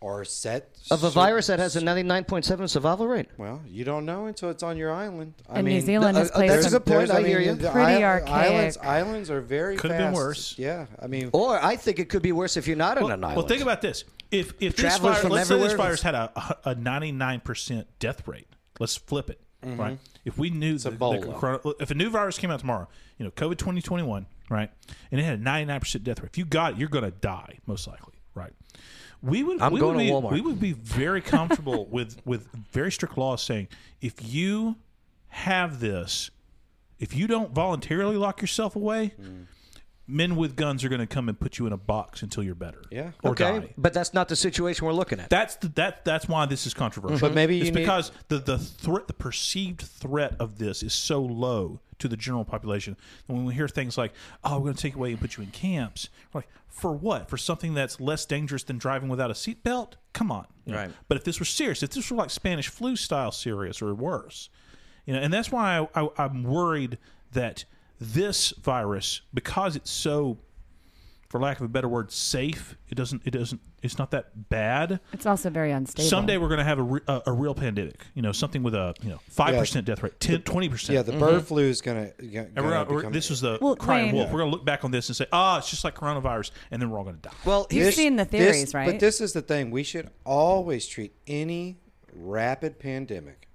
H: or set
A: of a
H: cer-
A: virus that has a 99.7 survival rate.
H: Well, you don't know until it's on your island. I
G: And New
H: mean,
G: Zealand
A: Uh,
G: has placed
H: there's
G: some
H: a point. I
A: pretty
H: hear you. The isle-
G: pretty archaic-
H: Islands, islands are very
E: Could've
H: fast.
E: been worse.
H: Yeah, I mean,
A: or I think it could be worse if you're not on
E: Well,
A: an island.
E: well, think about this. If if this
A: Travelers
E: virus,
A: from
E: let's say this
A: everywhere.
E: virus had a a ninety nine percent death rate, let's flip it.
A: Mm-hmm.
H: Mhm.
E: Right. If we knew the, the
H: Ebola.
E: corona- if a new virus came out tomorrow, you know, COVID twenty twenty one, right, and it had a ninety nine percent death rate. If you got it, you're going to die most likely, right? We would.
A: I'm
E: we
A: going
E: would
A: to
E: be,
A: Walmart.
E: We would be very comfortable with with very strict laws saying if you have this, if you don't voluntarily lock yourself away. Men with guns are going to come and put you in a box until you're better. Yeah. Or
A: okay,
E: die.
A: but that's not the situation we're looking at.
E: That's the, that. That's why this is controversial.
A: But maybe you
E: it's
A: need-
E: because the the threat, the perceived threat of this is so low to the general population. And when we hear things like, "Oh, we're going to take away and put you in camps," we're like, for what? For something that's less dangerous than driving without a seatbelt? Come on. You know?
A: Right.
E: But if this were serious, if this were like Spanish flu style serious or worse, you know, and that's why I, I, I'm worried that this virus, because it's so for lack of a better word, safe. It doesn't. It doesn't. It's not that bad.
G: It's also very unstable.
E: Someday we're going to have a, re- a, a real pandemic. You know, something with a you know five percent death rate, 10, 20 percent.
H: yeah,
G: Mm-hmm.
H: the bird flu is gonna. gonna,
E: And
H: gonna
E: we're gonna, we're-
H: become-
E: this was the
G: Well,
E: crying
G: Wayne-
E: wolf. We're going to look back on this and say, ah, it's just like coronavirus, and then we're all going to die.
A: Well,
G: You've
H: This-
G: seen the
H: this-
G: theories, right?
H: But this is the thing: we should always treat any rapid pandemic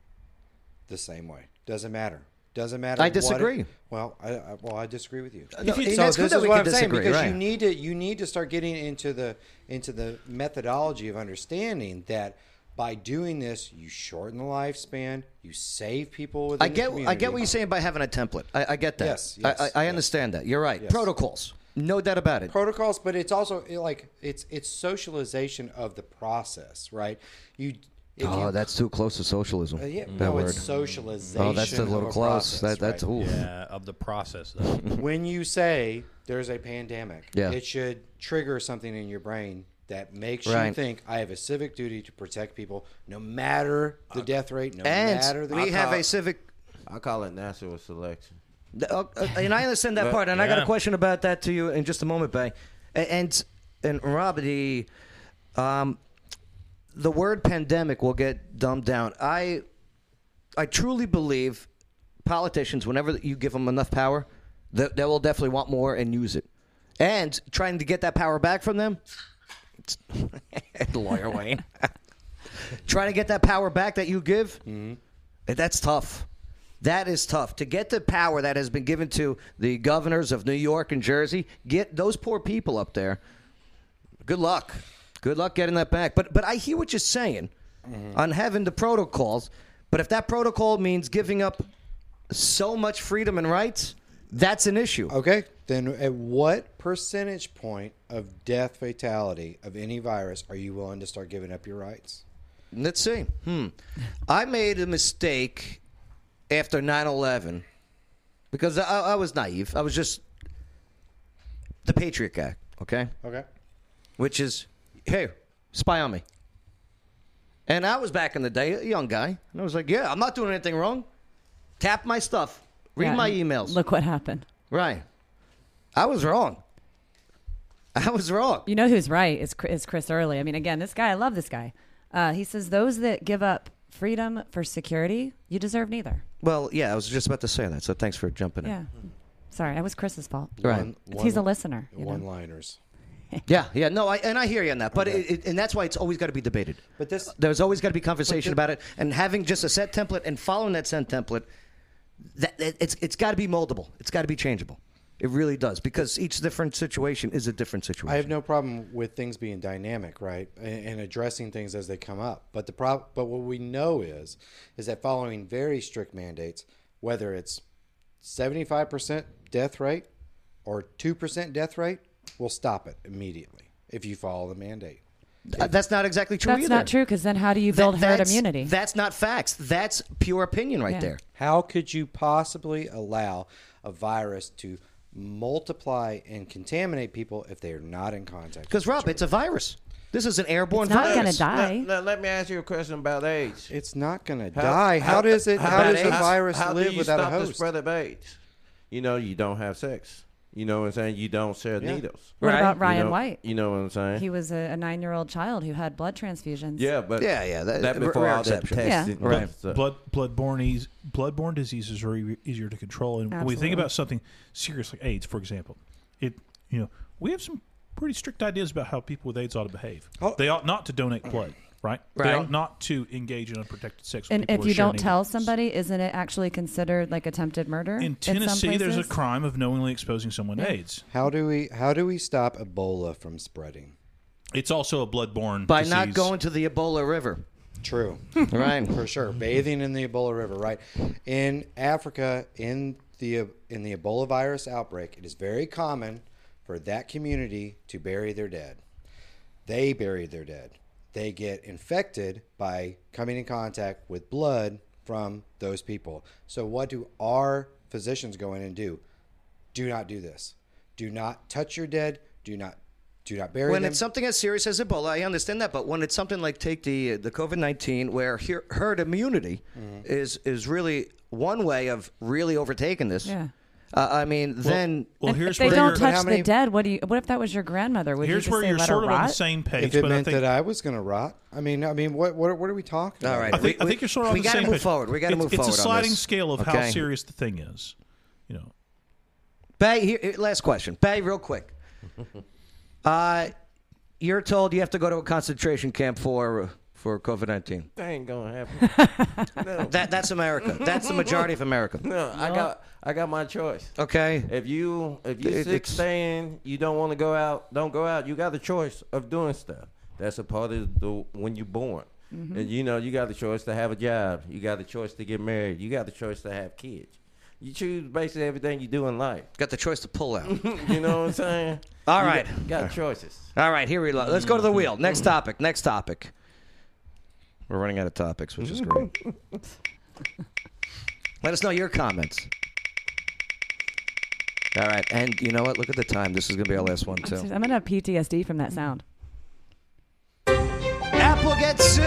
H: the same way. Doesn't matter. Doesn't matter.
A: I
H: what it-
A: disagree.
H: well, I, I well, I disagree with you.
A: Uh, no,
H: so
A: and
H: this
A: that's good
H: is
A: that we
H: what I'm
A: can
H: saying
A: disagree,
H: because you
A: right.
H: need to you need to start getting into the into the methodology of understanding that by doing this, you shorten the lifespan, you save people. Within
A: I get.
H: The
A: I
H: community.
A: get what you're saying by having a template. I, I get that.
H: Yes,
A: I-
H: yes,
A: I, I understand that. You're right. Protocols, no doubt about it.
H: protocols but it's also it, like it's it's socialization of the process right you if
A: oh,
H: you-
A: that's too close to socialism.
H: Uh, yeah,
A: Mm. that
H: no,
A: word.
H: it's socialization
A: Oh, that's a
H: of
A: little
H: a
A: close.
H: process,
A: that, that's
H: right.
A: ooh.
M: Yeah,
C: uh,
M: of the process, though.
H: when you say there's a pandemic
A: Yeah.
H: it should trigger something in your brain that makes you
A: Right.
H: think i have a civic duty to protect people no matter the death rate no matter
A: And
H: the
A: we have a civic.
D: I call it natural selection.
A: th- uh, uh, And I understand that
D: But-
A: part, and I got a
D: Yeah.
A: question about that to you in just a moment, Bay. A- And and Rob, the um, the word pandemic will get dumbed down. I I truly believe politicians, whenever you give them enough power, they, they will definitely want more and use it. And trying to get that power back from them, lawyer Wayne, trying to get that power back that you give, Eh, that's tough. That is tough to get the power that has been given to the governors of New York and Jersey. Get those poor people up there. Good luck. Good luck getting that back. But but I hear what you're saying on having the protocols. But if that protocol means giving up so much freedom and rights, that's an issue.
H: Okay, then at what percentage point of death fatality of any virus are you willing to start giving up your rights
A: Let's see. Hmm. I made a mistake after 9 11 because I, I was naive. I was just the Patriot guy, okay?
H: okay
A: Which is, hey, spy on me. And I was back in the day, a young guy, and I was like, yeah, I'm not doing anything wrong. Tap my stuff, read
G: Yeah,
A: my
G: and
A: emails.
G: Look what happened.
A: Right. I was wrong. I was wrong.
G: You know who's right is Chris- is Chris Early. I mean, again, this guy, I love this guy. Uh, he says those that give up freedom for security, you deserve neither.
A: Well, yeah, I was just about to say that, so thanks for jumping in.
G: Yeah. Sorry, that was Chris's fault.
A: Right.
H: Um,
G: It's- He's a listener. you know?
H: one liners
A: Yeah, yeah, no, I, and I hear you on that, but it, it, and that's why it's always got to be debated.
H: But this-
A: there's always got to be conversation about it, and having just a set template and following that set template, that, that it's it's got to be moldable, it's got to be changeable. It really does because each different situation is a different situation.
H: I have no problem with things being dynamic, right, and, and addressing things as they come up. But the prob- but what we know is, is that following very strict mandates, whether it's seventy five percent death rate or two percent death rate, will stop it immediately if you follow the mandate.
A: Uh, that's not exactly true
G: That's
A: either.
G: not true because then how do you build
A: That-
G: herd
A: that's-
G: immunity?
A: That's not facts. That's pure opinion right
G: Yeah.
A: there.
H: How could you possibly allow a virus to multiply and contaminate people if they are not in contact?
A: Because Rob, it's a virus. This is an airborne
H: It's not
A: virus.
H: gonna die.
D: Now, now, let me ask you a question about AIDS.
H: It's not going to die. How, does it? How, does the virus
D: how do
H: live
D: you
H: without a
D: stop the
H: host?
D: spread of AIDS? You know, you don't have sex. You know what I'm saying? You don't share
G: Yeah.
D: needles.
G: What about
D: You
G: Ryan
D: know-
G: White?
D: You know what I'm saying?
G: He was a, a nine-year-old child who had blood transfusions.
D: yeah, but
A: Yeah, yeah, that-
D: That,
A: r-
D: before
A: rare
D: all that
A: exception.
E: Yeah.
D: testing,
E: Right.
D: stuff.
E: Blood bloodborne eas- bloodborne diseases are e- easier to control, and when we think
D: Absolutely.
E: about something serious like AIDS, for example, it you know we have some pretty strict ideas about how people with AIDS ought to behave.
H: Oh.
E: They ought not to donate blood, right? They
G: Right.
E: ought not to engage in unprotected sex. with
G: And
E: people
G: if
E: who are
G: you don't
E: sharing
G: tell somebody, isn't it actually considered like attempted murder?
E: In
H: Tennessee, there's a
G: places?
E: crime of knowingly exposing someone to
G: Yeah.
E: AIDS.
H: How do we? How do we stop Ebola from spreading?
E: It's also a bloodborne
A: By
E: disease.
A: not going to the Ebola River.
H: True.
A: Right.
H: For sure. Bathing in the Ebola River, right? In Africa, in the in the Ebola virus outbreak, it is very common for that community to bury their dead. They bury their dead. They get infected by coming in contact with blood from those people. So what do our physicians go in and do? Do not do this. Do not touch your dead. Do not do not bury
A: when
H: them.
A: it's something as serious as Ebola, I understand that. But when it's something like take the the COVID nineteen, where her, herd immunity is is really one way of really overtaking this.
G: Yeah.
A: Uh, I mean, then
E: well,
G: If they don't touch the dead, what do you? What if that was your grandmother? Would you
E: Here's
G: just
E: where
G: say,
E: you're
G: let
E: sort
G: her
E: of on the
G: rot?
E: same page,
H: if it
E: but I
H: meant
E: think-
H: that I was going to rot, I mean, I mean, what what, what are we talking?
A: All right.
H: about?
E: I think, I
A: We-
E: think you're sort of
A: we
E: on the
A: gotta
E: same
A: move
E: page.
A: forward. We gotta
E: It's-
A: move forward on
E: It's a sliding
A: this.
E: scale of how
A: Okay.
E: serious the thing is. You know,
A: Bay, here, here- last question, Bay, real quick. Uh, you're told you have to go to a concentration camp for for COVID nineteen.
D: That ain't gonna happen. no.
A: That that's America. That's the majority of America.
D: No, I got I got my choice.
A: Okay.
D: If you if you
A: It-
D: sick
A: it's-
D: staying, you don't want to go out, don't go out. You got the choice of doing stuff. That's a part of the when you're born.
N: Mhm.
D: And you know, you got the choice to have a job. You got the choice to get married. You got the choice to have kids. You choose basically everything you do in life.
A: Got the choice to pull out.
D: you know what I'm saying?
A: All
D: You
A: right.
D: Got, got choices.
A: All right, here we go. Let's go to the wheel. Next topic. Next topic. We're running out of topics, which is great. Let us know your comments. All right, and you know what? Look at the time. This is going to be our last one
G: I'm
A: too.
G: gonna have PTSD from that sound.
A: Apple gets sued.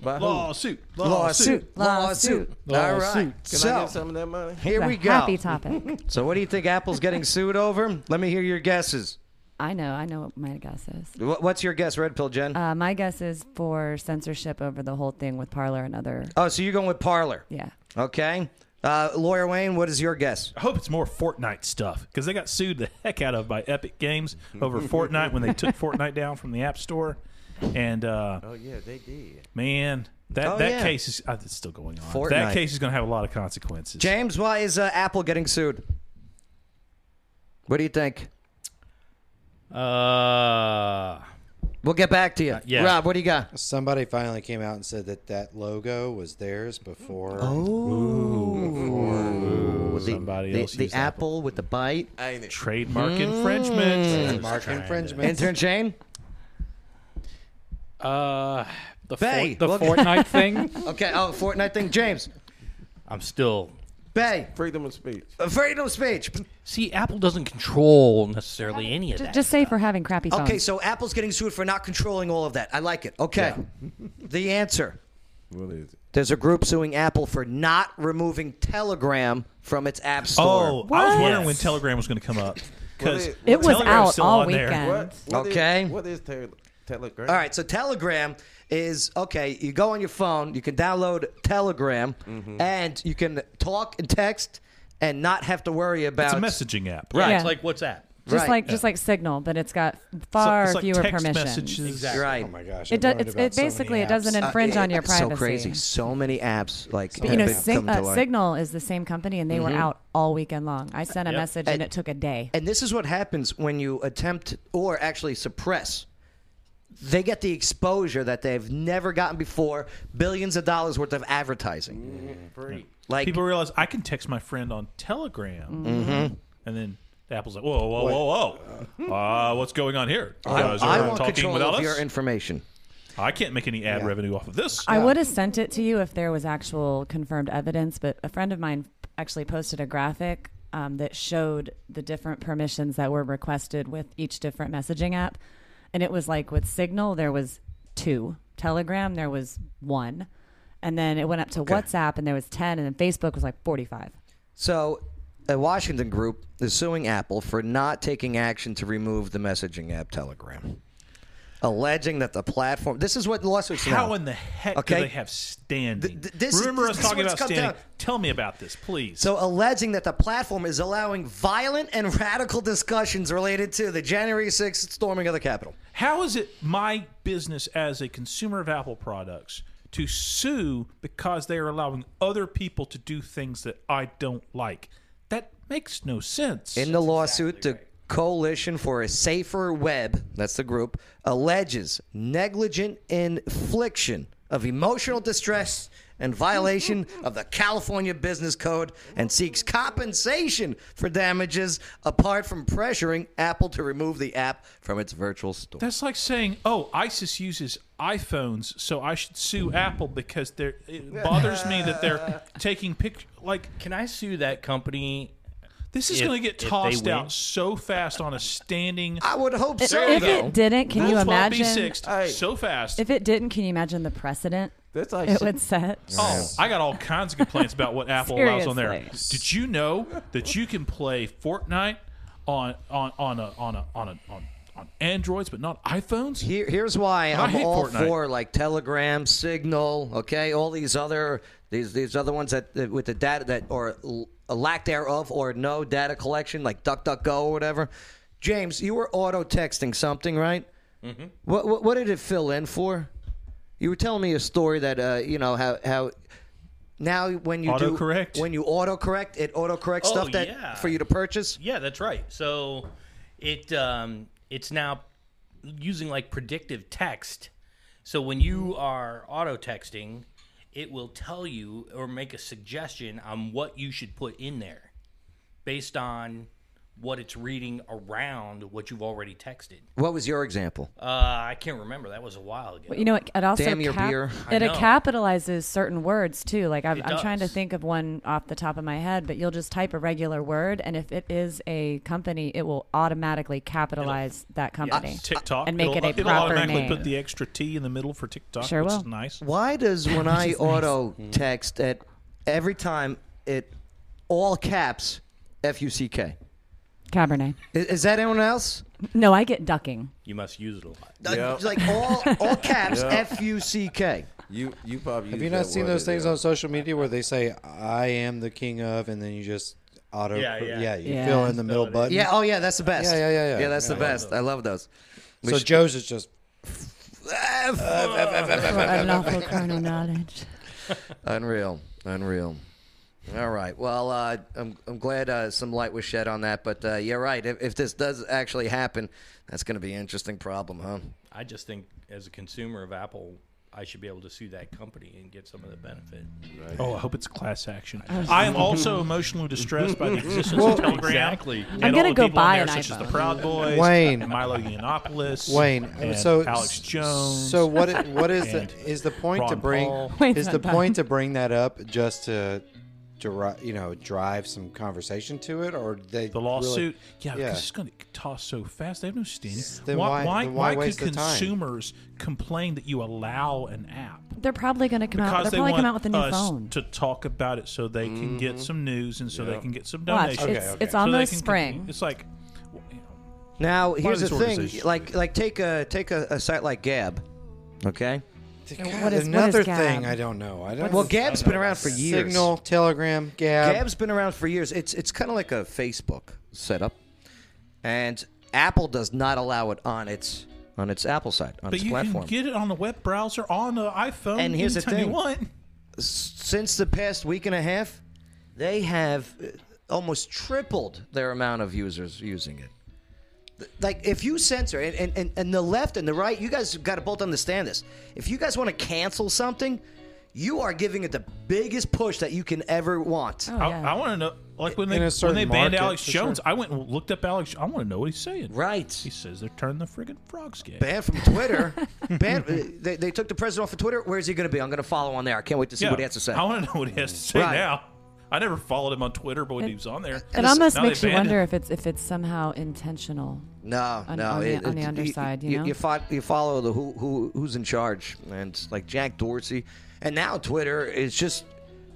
D: By who?
E: Lawsuit.
A: Lawsuit. Lawsuit. All right.
D: Can I
A: So
D: get some of that money?
A: here
G: The
A: we go.
G: happy topic.
A: So what do you think Apple's getting sued over? Let me hear your guesses.
G: I know. I know what my guess is.
A: Wh- What's your guess, Red Pill Jen?
G: Uh, my guess is for censorship over the whole thing with Parlor and other.
A: oh, so you're going with Parlor?
G: Yeah.
A: Okay. Uh, lawyer Wayne, what is your guess?
E: I hope it's more Fortnite stuff because they got sued the heck out of by Epic Games over Fortnite when they took Fortnite down from the App Store. And uh,
D: Oh yeah, they did.
E: man, that
A: Oh,
E: that
A: yeah.
E: case is uh, it's still going on.
A: Fortnite.
E: That case is going to have a lot of consequences.
A: James, why is uh, Apple getting sued? What do you think?
C: Uh,
A: We'll get back to you.
C: yeah.
A: Rob, what do you got?
H: Somebody finally came out and said that that logo was theirs before.
E: Oh.
A: Ooh, the,
E: somebody
A: the,
E: else
A: the
E: used
A: apple with the bite.
D: Ain't it?
E: Trademark
A: Mm.
E: infringement.
H: Trademark infringement.
A: Intern Shane?
F: Uh, the,
A: Bay.
F: Fort- the
A: Well-
F: Fortnite thing.
A: Okay. Oh, Fortnite thing. James.
C: I'm still.
A: Bay.
D: Freedom of speech.
A: Uh, Freedom of speech.
C: See, Apple doesn't control necessarily any of
G: J-
C: that.
G: Just say for having crappy phones.
A: Okay, so Apple's getting sued for not controlling all of that. I like it. Okay. the answer.
D: What is it?
A: There's a group suing Apple for not removing Telegram from its app store.
E: Oh, I was wondering when Telegram was going to come up because
D: It-
G: it was out
E: still
G: all
E: on there.
G: weekend.
D: What? what is-
A: Okay.
D: what is tele- Telegram?
A: All right, so Telegram is okay. You go on your phone, you can download Telegram, and you can talk and text and not have to worry about
E: It's a messaging app.
A: Right.
G: Yeah.
C: It's like WhatsApp.
G: Just
A: Right.
G: like
A: Yeah.
G: just like Signal, but it's got far
A: it's like
G: fewer
A: text
G: permissions.
A: messages. Exactly. Right. Oh my
H: gosh,
G: It, do, it's, it basically it doesn't infringe on your privacy.
A: Uh, So crazy. So many apps like
G: But you know,
A: have been
G: Sig-
A: coming to
G: uh,
A: light.
G: Signal is the same company, and they were
A: Mhm.
G: out all weekend long. I sent a
A: Yep.
G: message, and it took a day.
A: And this is what happens when you attempt or actually suppress. They get the exposure that they've never gotten before. Billions of dollars worth of advertising. Like
E: Mm-hmm. people realize I can text my friend on Telegram,
A: Mhm.
E: and then Apple's like, whoa, whoa, whoa, whoa, uh, what's going on here? You
A: I,
E: guys are
A: I want
E: talking
A: control of
E: without us?
A: your information.
E: I can't make any ad revenue off of this.
G: I would have sent it to you if there was actual confirmed evidence, but a friend of mine actually posted a graphic um, that showed the different permissions that were requested with each different messaging app, and it was like with Signal there was two, Telegram there was one, and then it went up to WhatsApp and there was ten, and then Facebook was like forty-five.
A: So, a Washington group is suing Apple for not taking action to remove the messaging app Telegram, alleging that the platform. This is what the lawsuits.
E: How
A: now.
E: in the heck
A: Okay.
E: do they have standing?
A: this-
E: Remember us
A: this is
E: talking
A: what's
E: about
A: cut
E: standing.
A: down.
E: Tell me about this, please.
A: So, alleging that the platform is allowing violent and radical discussions related to the January 6th storming of the Capitol.
E: How is it my business as a consumer of Apple products to sue because they are allowing other people to do things that I don't like? That makes no sense.
A: In the lawsuit, the Coalition for a Safer Web, that's the group, alleges negligent infliction of emotional distress and violation of the California Business Code and seeks compensation for damages apart from pressuring Apple to remove the app from its virtual store.
E: That's like saying, "Oh, ISIS uses iPhones, so I should sue Apple because they're." It bothers me that they're taking pictures. Like,
C: can I sue that company?
E: This is
C: if-
E: going to get
C: if they
E: tossed
C: win?
E: out so fast on a standing.
A: I would hope
G: so, If it though. didn't, can you imagine-
E: so fast.
G: If it didn't, can you imagine the precedent
E: That's like
G: it
E: si-
G: would set?
E: Oh, I got all kinds of complaints about what Apple allows on there.
G: Seriously.
E: Did you know that you can play Fortnite on on on a on a on a on, on Androids but not iPhones?
A: Here, here's why
E: I
A: I'm
E: hate
A: all
E: Fortnite.
A: for like Telegram, Signal, okay, all these other these these other ones that that with the data that or l- lack thereof or no data collection like DuckDuckGo or whatever. James, you were auto texting something, right?
E: Mm-hmm.
N: Mhm.
A: What, what what did it fill in for? You were telling me a story that uh, you know how how now when you do
E: Autocorrect?
A: when you autocorrect it autocorrects
C: Oh,
A: stuff that
C: yeah.
A: for you to purchase.
C: Yeah, that's right. So it um, it's now using like predictive text. So when you
G: Hmm.
C: are auto texting, it will tell you or make a suggestion on what you should put in there based on what it's reading around what you've already texted.
A: What was your example?
C: Uh, I can't remember. That was a while ago.
G: Well, you know, it, it also
A: Damn your
G: cap-
A: beer.
C: I
G: it
C: know.
G: capitalizes certain words too. Like I'm,
C: It
G: I'm trying to
C: does.
G: think of one off the top of my head, but you'll just type a regular word, and if it is a company, it will automatically capitalize that company
E: TikTok
G: and make
E: it'll,
G: it a
E: it'll
G: proper
E: automatically
G: name.
E: put the extra T in the middle for TikTok,
G: Sure
E: which
G: will.
E: is nice.
A: Why does when
E: Which
A: I
E: is nice.
A: auto text at every time it all caps F U C K?
G: Cabernet.
A: Is, is that anyone else?
G: No, I get ducking.
C: You must use it a lot.
A: Uh, Like all all caps
H: Yeah.
A: F U C K.
D: You you probably
H: Have
D: use
H: you
D: that
H: not seen
D: word
H: those
D: in
H: things on social media where they say "I am the king of" and then you just auto?
A: Yeah, yeah.
H: you
A: Yeah.
H: fill in the middle button.
A: Yeah. Oh yeah, that's the best.
H: Yeah, yeah, yeah, yeah.
A: Yeah, that's the
H: Yeah.
A: best. I love those. We
H: So
A: should-
H: Joe's is just
G: Unlawful carnal knowledge.
A: Unreal. Unreal. All right. Well, uh, I'm, I'm glad uh, some light was shed on that. But uh, you're right. If, if this does actually happen, that's going to be an interesting problem, huh?
C: I just think as a consumer of Apple, I should be able to sue that company and get some of the benefit.
E: Oh, I hope it's class action.
C: I just-
E: I am also emotionally distressed by the existence
C: Well-
E: of Telegram.
C: Exactly.
E: and
C: I'm
E: all
C: gonna
E: the
C: go
E: people on
C: buy
E: there,
C: an
E: such as the
C: iPhone.
E: Proud Boys,
H: Wayne.
E: Milo Yiannopoulos,
H: Wayne.
E: and
H: so
E: Alex Jones.
H: So what? i- What is the
E: and
H: is the point to
E: Ron
H: bring?
E: Paul.
H: Is the point to bring that up just to, dri- you know, drive some conversation to it, or they the
E: lawsuit? yeah, because it's going to get tossed so fast. They have no standing.
H: Then
E: why,
H: why-
E: why,
H: then
E: why,
H: why
E: could
H: waste the time?
E: consumers complain that you allow an app?
G: They're probably going to come out.
E: because
G: They're
E: they
G: probably
E: want
G: come out with a new
E: us
G: phone.
E: to talk about it, so they can get
A: Mm-hmm.
H: Mhm.
E: some news and so they
H: Yeah.
E: can get some
G: Watch,
E: donations.
G: it's- Okay, okay. it's
E: So they
G: almost
E: can-
G: spring.
E: It's like
A: Now
E: Why
A: here's
E: this
A: the thing.
E: organization?
A: Like like take a take a, a site like Gab. Okay.
H: God, What is- what another is Gab? thing I don't know. I don't-
A: Well,
H: What's-
A: Gab's
H: I don't
A: been
H: know
A: around
H: about
A: for
H: that.
A: years.
H: Signal, Telegram, Gab.
A: Gab's been around for years. It's it's kind of like a Facebook setup, and Apple does not allow it on its on its Apple side on
E: But
A: its
E: you
A: platform.
E: can get it on the web browser on the iPhone.
A: and here's the
E: anytime
A: thing:
E: you want.
A: S- since the past week and a half, they have uh, almost tripled their amount of users using it. Th- Like if you censor and, and, and, and the left and the right, you guys got to both understand this. If you guys want to cancel something, you are giving it the biggest push that you can ever want.
G: Oh,
E: I, want to know, like when
A: In
E: they
A: a
E: when
A: certain
E: they banned
A: market,
E: Alex
A: for
E: Jones,
A: sure.
E: I went and looked up Alex. I want to know what he's saying.
A: Right.
E: He says they're turning the friggin' frogs gay.
A: Banned from Twitter. Banned, uh, they, they took the president off of Twitter. Where's he going to be? I'm going to follow on there. I can't wait to see
E: Yeah.
A: what he has to say.
E: I want to know what he has to say
A: Right.
E: now. I never followed him on Twitter, but when he was on there,
G: It almost
E: now they
G: makes you
E: banned him.
G: wonder if it's if it's somehow intentional.
A: No,
G: on,
A: no.
G: on
A: it-
G: the, on the
A: it-
G: underside, you,
A: you,
G: know.
A: fo- you follow the who, who who's in charge, and it's like Jack Dorsey, and now Twitter is just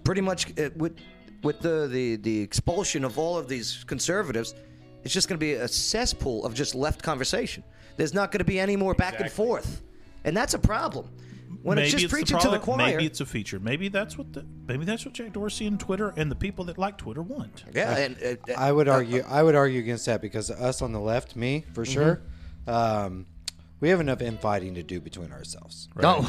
A: pretty much uh, with with the, the the expulsion of all of these conservatives. It's just going to be a cesspool of just left conversation. There's not going to be any more back and forth, and that's a problem. When
E: maybe
A: it's just preaching
E: the
A: to the
E: product,
A: choir,
E: Maybe it's a feature. Maybe that's what the maybe that's what Jack Dorsey and Twitter and the people that like Twitter want.
A: Yeah, uh,
H: I would argue. I would argue against that because us on the left, me for sure, um, we have enough infighting to do between ourselves.
A: No.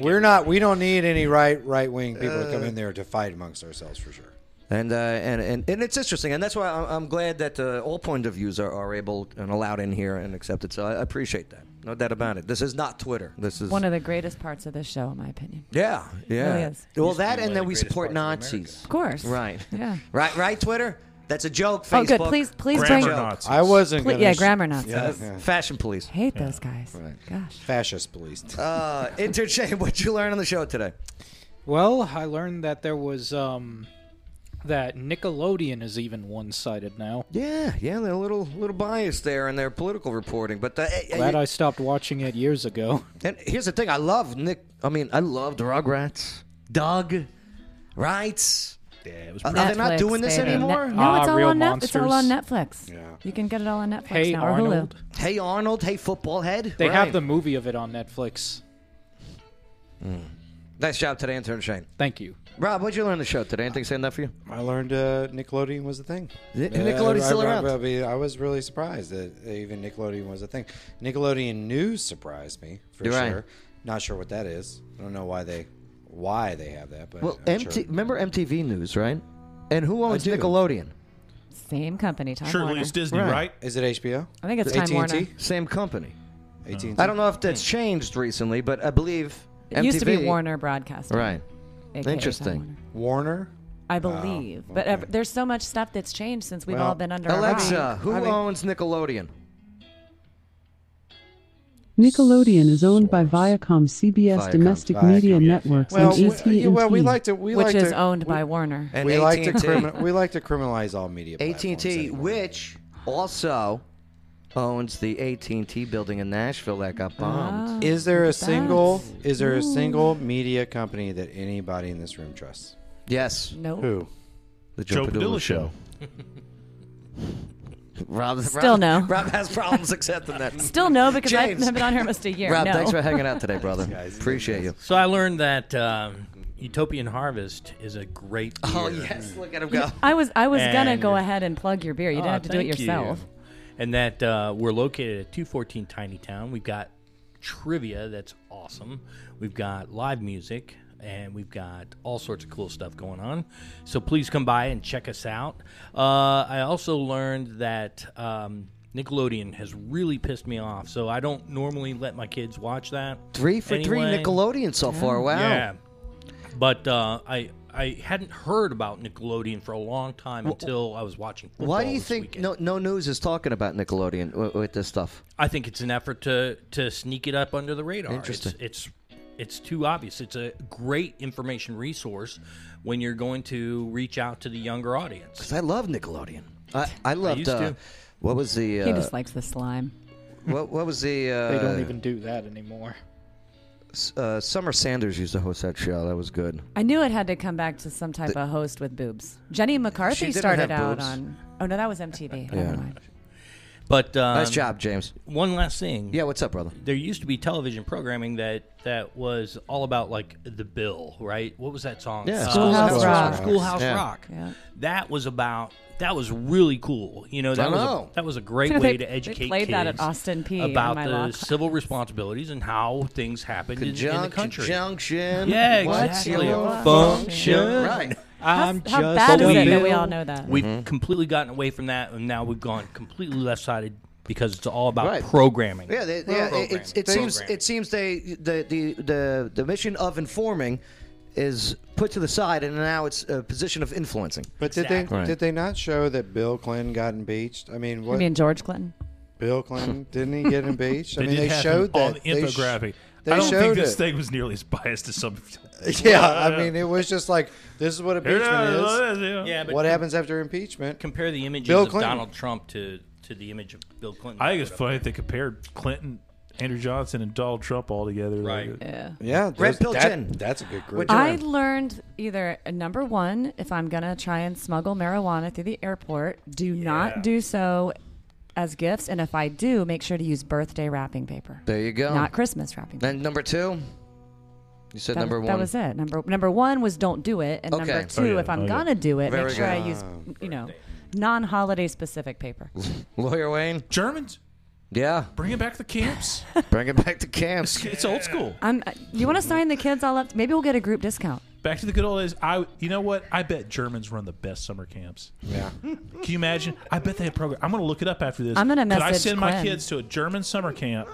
H: we're not. We don't need any right right wing people to come in there to fight amongst ourselves for sure.
A: And, uh, and and and it's interesting, and that's why I'm, I'm glad that uh, all point of views are, are able and allowed in here and accepted. So I appreciate that, no doubt about it. This is not Twitter. This is
G: One of Oh, the greatest parts of this show, in my opinion.
A: yeah, yeah.
G: Really is.
A: Well, that and then we support Nazis,
G: Of course.
A: right?
G: Yeah.
A: right, right. Twitter, that's a joke.
G: Oh, good.
A: Facebook,
G: Please- please Grammar bring- Nazis. I wasn't Ple- gonna yeah, sh- grammar Nazis. Yeah.
A: Fashion police.
G: Hate those guys.
A: Right.
G: Gosh.
H: Fascist police.
A: Uh, interchange. What you learn on the show today?
F: Well, I learned that there was um that Nickelodeon is even one-sided now.
A: Yeah, yeah. They're a little little biased there in their political reporting, but uh, eh, eh,
F: Glad I stopped watching it years ago.
A: And here's the thing: I love Nick. I mean, I loved Rugrats, Doug, right? Yeah, it was. Are they not
G: Netflix,
A: doing this
G: baby.
A: anymore?
G: Ne- no, it's all on Netflix. It's all on Netflix.
A: Yeah.
G: You can get it all on Netflix
F: Hey,
G: now
F: Arnold.
A: Hey, Arnold. Hey, football head.
F: They
A: Right.
F: have the movie of it on Netflix.
A: Nice job today, intern Shane.
F: Thank you,
A: Rob. What'd you learn on the show today? Anything stand up for you?
H: I learned uh, Nickelodeon was a thing.
A: Yeah, and
H: Uh,
A: Nickelodeon's
H: I-
A: still
H: I-
A: around.
H: I, mean, I was really surprised that even Nickelodeon was a thing. Nickelodeon news surprised me for
A: You're right.
H: sure. Not sure what that is. I don't know why they why they have that, but
A: Well,
H: I'm
A: MT-
H: sure.
A: remember MTV News, right? And who owns
H: do.
A: Nickelodeon?
G: Hulu. Same company, Time Warner.
H: Is it HBO?
G: I think it's Time
H: AT&T?
G: Warner.
A: Same company.
H: AT&T.
A: I don't know if that's changed recently, but I believe
G: It used to be
A: MTV
G: Warner Broadcasting.
A: Right.
G: AKA Time
A: Interesting.
H: Warner.
G: I believe. But ev- there's so much stuff that's changed since we've
A: Well,
G: all been under a rock.
A: Alexa, who owns Nickelodeon?
J: Nickelodeon is owned by Viacom CBS
A: Viacom,
J: Domestic
A: Viacom,
J: Media Networks
H: Well,
J: and
H: we,
J: AT&T.
H: yeah, well, we like to we
G: Which
H: like
G: is
H: to,
G: owned
H: we-
G: by Warner.
A: And
H: we like to
A: AT&T.
H: crimin- we like to criminalize all media.
A: AT&T, which also owns the AT&T building in Nashville that got bombed.
H: Is
G: Oh,
H: there a single is there a single media company that anybody in this room trusts?
A: Yes.
G: No.
H: Who?
A: The Joe Joe Padula Padula Show. Rob,
G: Still
A: Rob,
G: no.
A: Rob has problems accepting that.
G: Still no, because
A: James.
G: I've been on here almost a year.
A: Rob,
G: no.
A: thanks for hanging out today, brother. Appreciate you.
C: So I learned that um, Utopian Harvest is a great. Beer.
A: Oh, yes, look at him go.
G: I was I was gonna
C: And-
G: go ahead and plug your beer. You didn't
C: Oh,
G: have to do it
C: thank you.
G: yourself.
C: And that uh, we're located at 214 Tiny Town. We've got trivia that's awesome. We've got live music and we've got all sorts of cool stuff going on. So please come by and check us out. Uh, I also learned that um, Nickelodeon has really pissed me off. So I don't normally let my kids watch that.
A: Three for three
C: anyway.
A: Nickelodeon so far. Wow.
C: Yeah. But uh, I I hadn't heard about Nickelodeon for a long time until I was watching football.
A: Why do you
C: this week.
A: think no, no news is talking about Nickelodeon w- with this stuff?
C: I think it's an effort to to sneak it up under the radar.
A: Interesting.
C: It's, it's it's too obvious. It's a great information resource when you're going to reach out to the younger audience.
A: Because I love Nickelodeon. I, I loved.
C: used
A: uh,
C: to.
A: What was the? Uh,
G: he just likes the slime.
A: what, what was the? Uh,
F: they don't even do that anymore.
A: S- Uh, Summer Sanders used to host that show. That was good.
G: I knew it had to come back to some type of host with boobs. Jenny
A: She
G: McCarthy
A: didn't have
G: started out
A: boobs.
G: on. Oh no, that was MTV. Never mind.
C: But um,
A: nice job, James.
C: One last thing.
A: Yeah, what's up, brother?
C: There used to be television programming that that was all about like the bill, right? What was that song?
A: Yeah,
C: Uh,
A: Schoolhouse Rock.
C: Schoolhouse
A: Yeah.
C: Rock.
G: Yeah.
C: that was about. That was really cool. You know,
A: I
C: that was
A: know.
C: a, that was a great
G: They-
C: way to
G: they
C: educate
G: played
C: kids
G: that at Austin P in
C: about
G: my
C: the
G: law class.
C: civil responsibilities and how things happened in, in the
A: Conjunct-
C: country.
A: junction.
C: Yeah,
A: What's
C: exactly.
A: your
C: A
A: function?
C: function.
A: Right.
F: I'm
G: how
F: just
G: bad
F: a
G: is it that
F: bill.
G: we all know that?
C: We've
A: Mm-hmm.
C: completely gotten away from that, and now we've gone completely left sided because it's all about
A: Right.
C: programming.
A: Yeah, they, yeah it, it, it seems it seems they the, the the the mission of informing is put to the side, and now it's a position of influencing.
H: But did they
A: Right.
H: did they not show that Bill Clinton got impeached? I mean,
G: I
H: what
G: mean, George Clinton.
H: Bill Clinton didn't he get impeached? I
E: They
H: mean,
E: did
H: they
E: have
H: showed
E: him
H: that
E: on the
H: They sh-
E: infographic.
H: They
E: I don't
H: showed
E: think this
H: it.
E: thing was nearly as biased as some.
H: Yeah, I mean, it was just like this is what
E: Here it
H: impeachment
E: is,
H: is.
E: yeah.
C: Yeah, but
H: What
C: com-
H: happens after impeachment?
C: Compare the images
H: Bill
C: of
H: Clinton.
C: Donald Trump to, to the image of Bill Clinton.
E: I think it's funny that they compared Clinton, Andrew Johnson, and Donald Trump all together.
C: Right.
E: Like,
G: Yeah.
H: Yeah,
A: Red
H: those-
A: pill
H: that-
A: chin.
H: That's a good
A: Which
H: group.
G: I learned either uh, number one, if I'm gonna try and smuggle marijuana through the airport, do not do so as gifts, and if I do, make sure to use birthday wrapping paper,
A: There you go.
G: not Christmas wrapping. paper.
A: and number two, you said
G: That,
A: number
G: was,
A: one.
G: that was it. Number number one was don't do it, and
A: Okay.
G: number two,
E: Oh, yeah.
G: if I'm
E: Oh, yeah. Oh,
G: gonna do it,
A: Very
G: make sure
A: good.
G: I use you know non-holiday specific paper.
A: Lawyer Wayne.
E: Germans,
A: Yeah,
E: bringing back the camps.
A: bring it back to camps.
E: it's old school.
G: I'm. uh, You want to sign the kids all up? Maybe we'll get a group discount.
E: Back to the good old days. I, you know what? I bet Germans run the best summer camps.
H: Yeah.
E: Can you imagine? I bet they have program. I'm going to look it up after this.
G: I'm gonna
E: Could I
G: message
E: send my
G: Quinn.
E: kids to a German summer camp?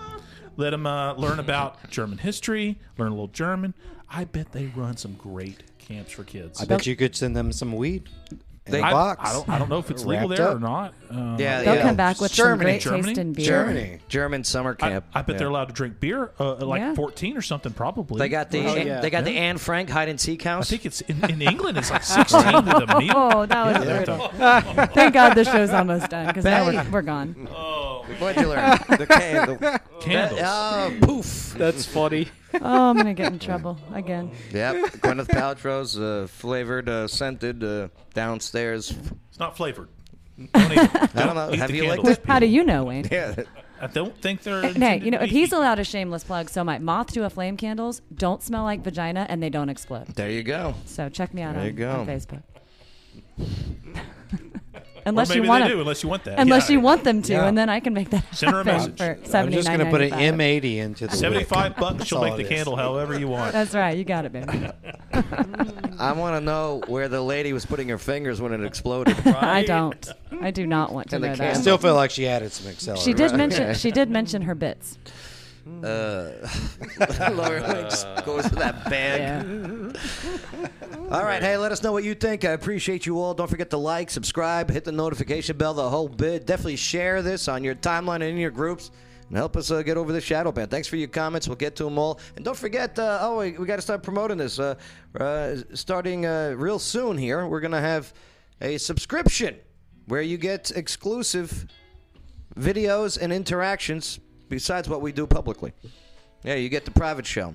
E: Let them uh, learn about German history, learn a little German. I bet they run some great camps for kids.
H: I bet you could send them some weed. In a
E: I,
H: box.
E: I don't. I don't know if it's legal
H: Wrapped
E: there or
H: up.
E: not. Uh,
A: Yeah,
G: They'll
A: yeah.
G: come back with
E: Germany,
G: some great
E: Germany,
G: taste in beer.
H: Germany.
A: German summer
E: I,
A: camp.
E: I bet they're allowed to drink beer uh, at like
G: Yeah.
E: 14 or something probably.
A: they got the
F: Oh, yeah.
A: they got the
E: Yeah.
A: Anne Frank hide and seek
E: I
A: house.
E: think it's in, in England. It's like 16 to the meal.
G: Oh, that was
E: they have
G: brutal.
E: to-
G: Thank God the show's almost done because now
A: Hey.
G: we're, we're gone.
A: What'd you learn?
D: The candle.
E: candles.
A: Oh, poof.
F: That's funny.
G: Oh, I'm gonna get in trouble again.
A: Yep, Gwyneth Paltrow's uh, flavored, uh, scented uh, downstairs.
E: It's not flavored. Don't eat, it.
A: I don't know.
E: Eat
A: Have
E: the
A: you
E: candles.
A: licked
G: How do you know, Wayne?
A: Yeah,
E: I don't think they're.
G: Hey,
E: intended
G: you know,
E: to
G: if
E: be
G: he's
E: eaten.
G: allowed a shameless plug, so my moth to a flame candles don't smell like vagina and they don't explode.
A: there you go.
G: So check me out
A: There you
G: on,
A: go.
G: on Facebook.
E: Or
G: unless
E: maybe
G: you want
E: they do,
G: to,
E: unless you want that.
G: unless
E: Yeah.
G: you want them to,
H: Yeah.
G: and then I can make that
E: Send her a
G: happen
E: message.
G: for
H: I'm
G: seventy
H: just
G: nine
H: gonna put an
G: ninety five.
H: M80 into the wick.
E: 75 bucks, she'll
H: all
E: make
H: it
E: the
H: is.
E: candle however you want.
G: That's right, you got it, baby.
A: I want to know where the lady was putting her fingers when it exploded.
G: I don't. I do not want to
A: And the
G: know
A: candles.
G: that.
H: I still feel like she added some accelerant.
G: She did mention she did mention her bits.
A: Laura Winks Uh, goes to that bag.
G: Yeah.
A: All right, hey, let us know what you think. I appreciate you all. Don't forget to like, subscribe, hit the notification bell, the whole bit. Definitely share this on your timeline and in your groups. And help us uh, get over the shadow ban. Thanks for your comments. We'll get to them all. And don't forget, uh, oh, we, we got to start promoting this. Uh, uh, starting uh, real soon here, we're going to have a subscription where you get exclusive videos and interactions besides what we do publicly. Yeah, you get the private show.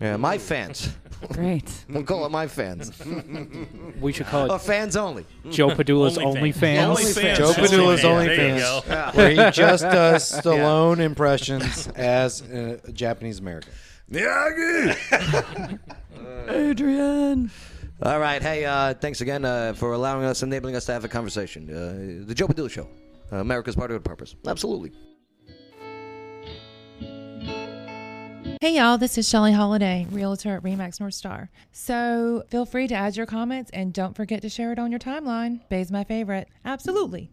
A: Yeah, my fans.
G: Great.
A: We'll call it my fans.
F: We should call it
A: Oh, fans only.
F: Joe Padula's
C: Only
F: OnlyFans.
A: Only
E: OnlyFans.
H: Joe Padula's
C: There you
H: OnlyFans,
C: go.
H: where he just does Stallone impressions as a Japanese American.
G: Adrian.
A: All right. Hey, uh, thanks again uh, for allowing us, enabling us to have a conversation. Uh, the Joe Padula Show, uh, America's Party with Purpose. Absolutely.
N: Hey y'all, this is Shelly Holiday, Realtor at Remax North Star. So feel free to add your comments and don't forget to share it on your timeline. Bay's my favorite. Absolutely.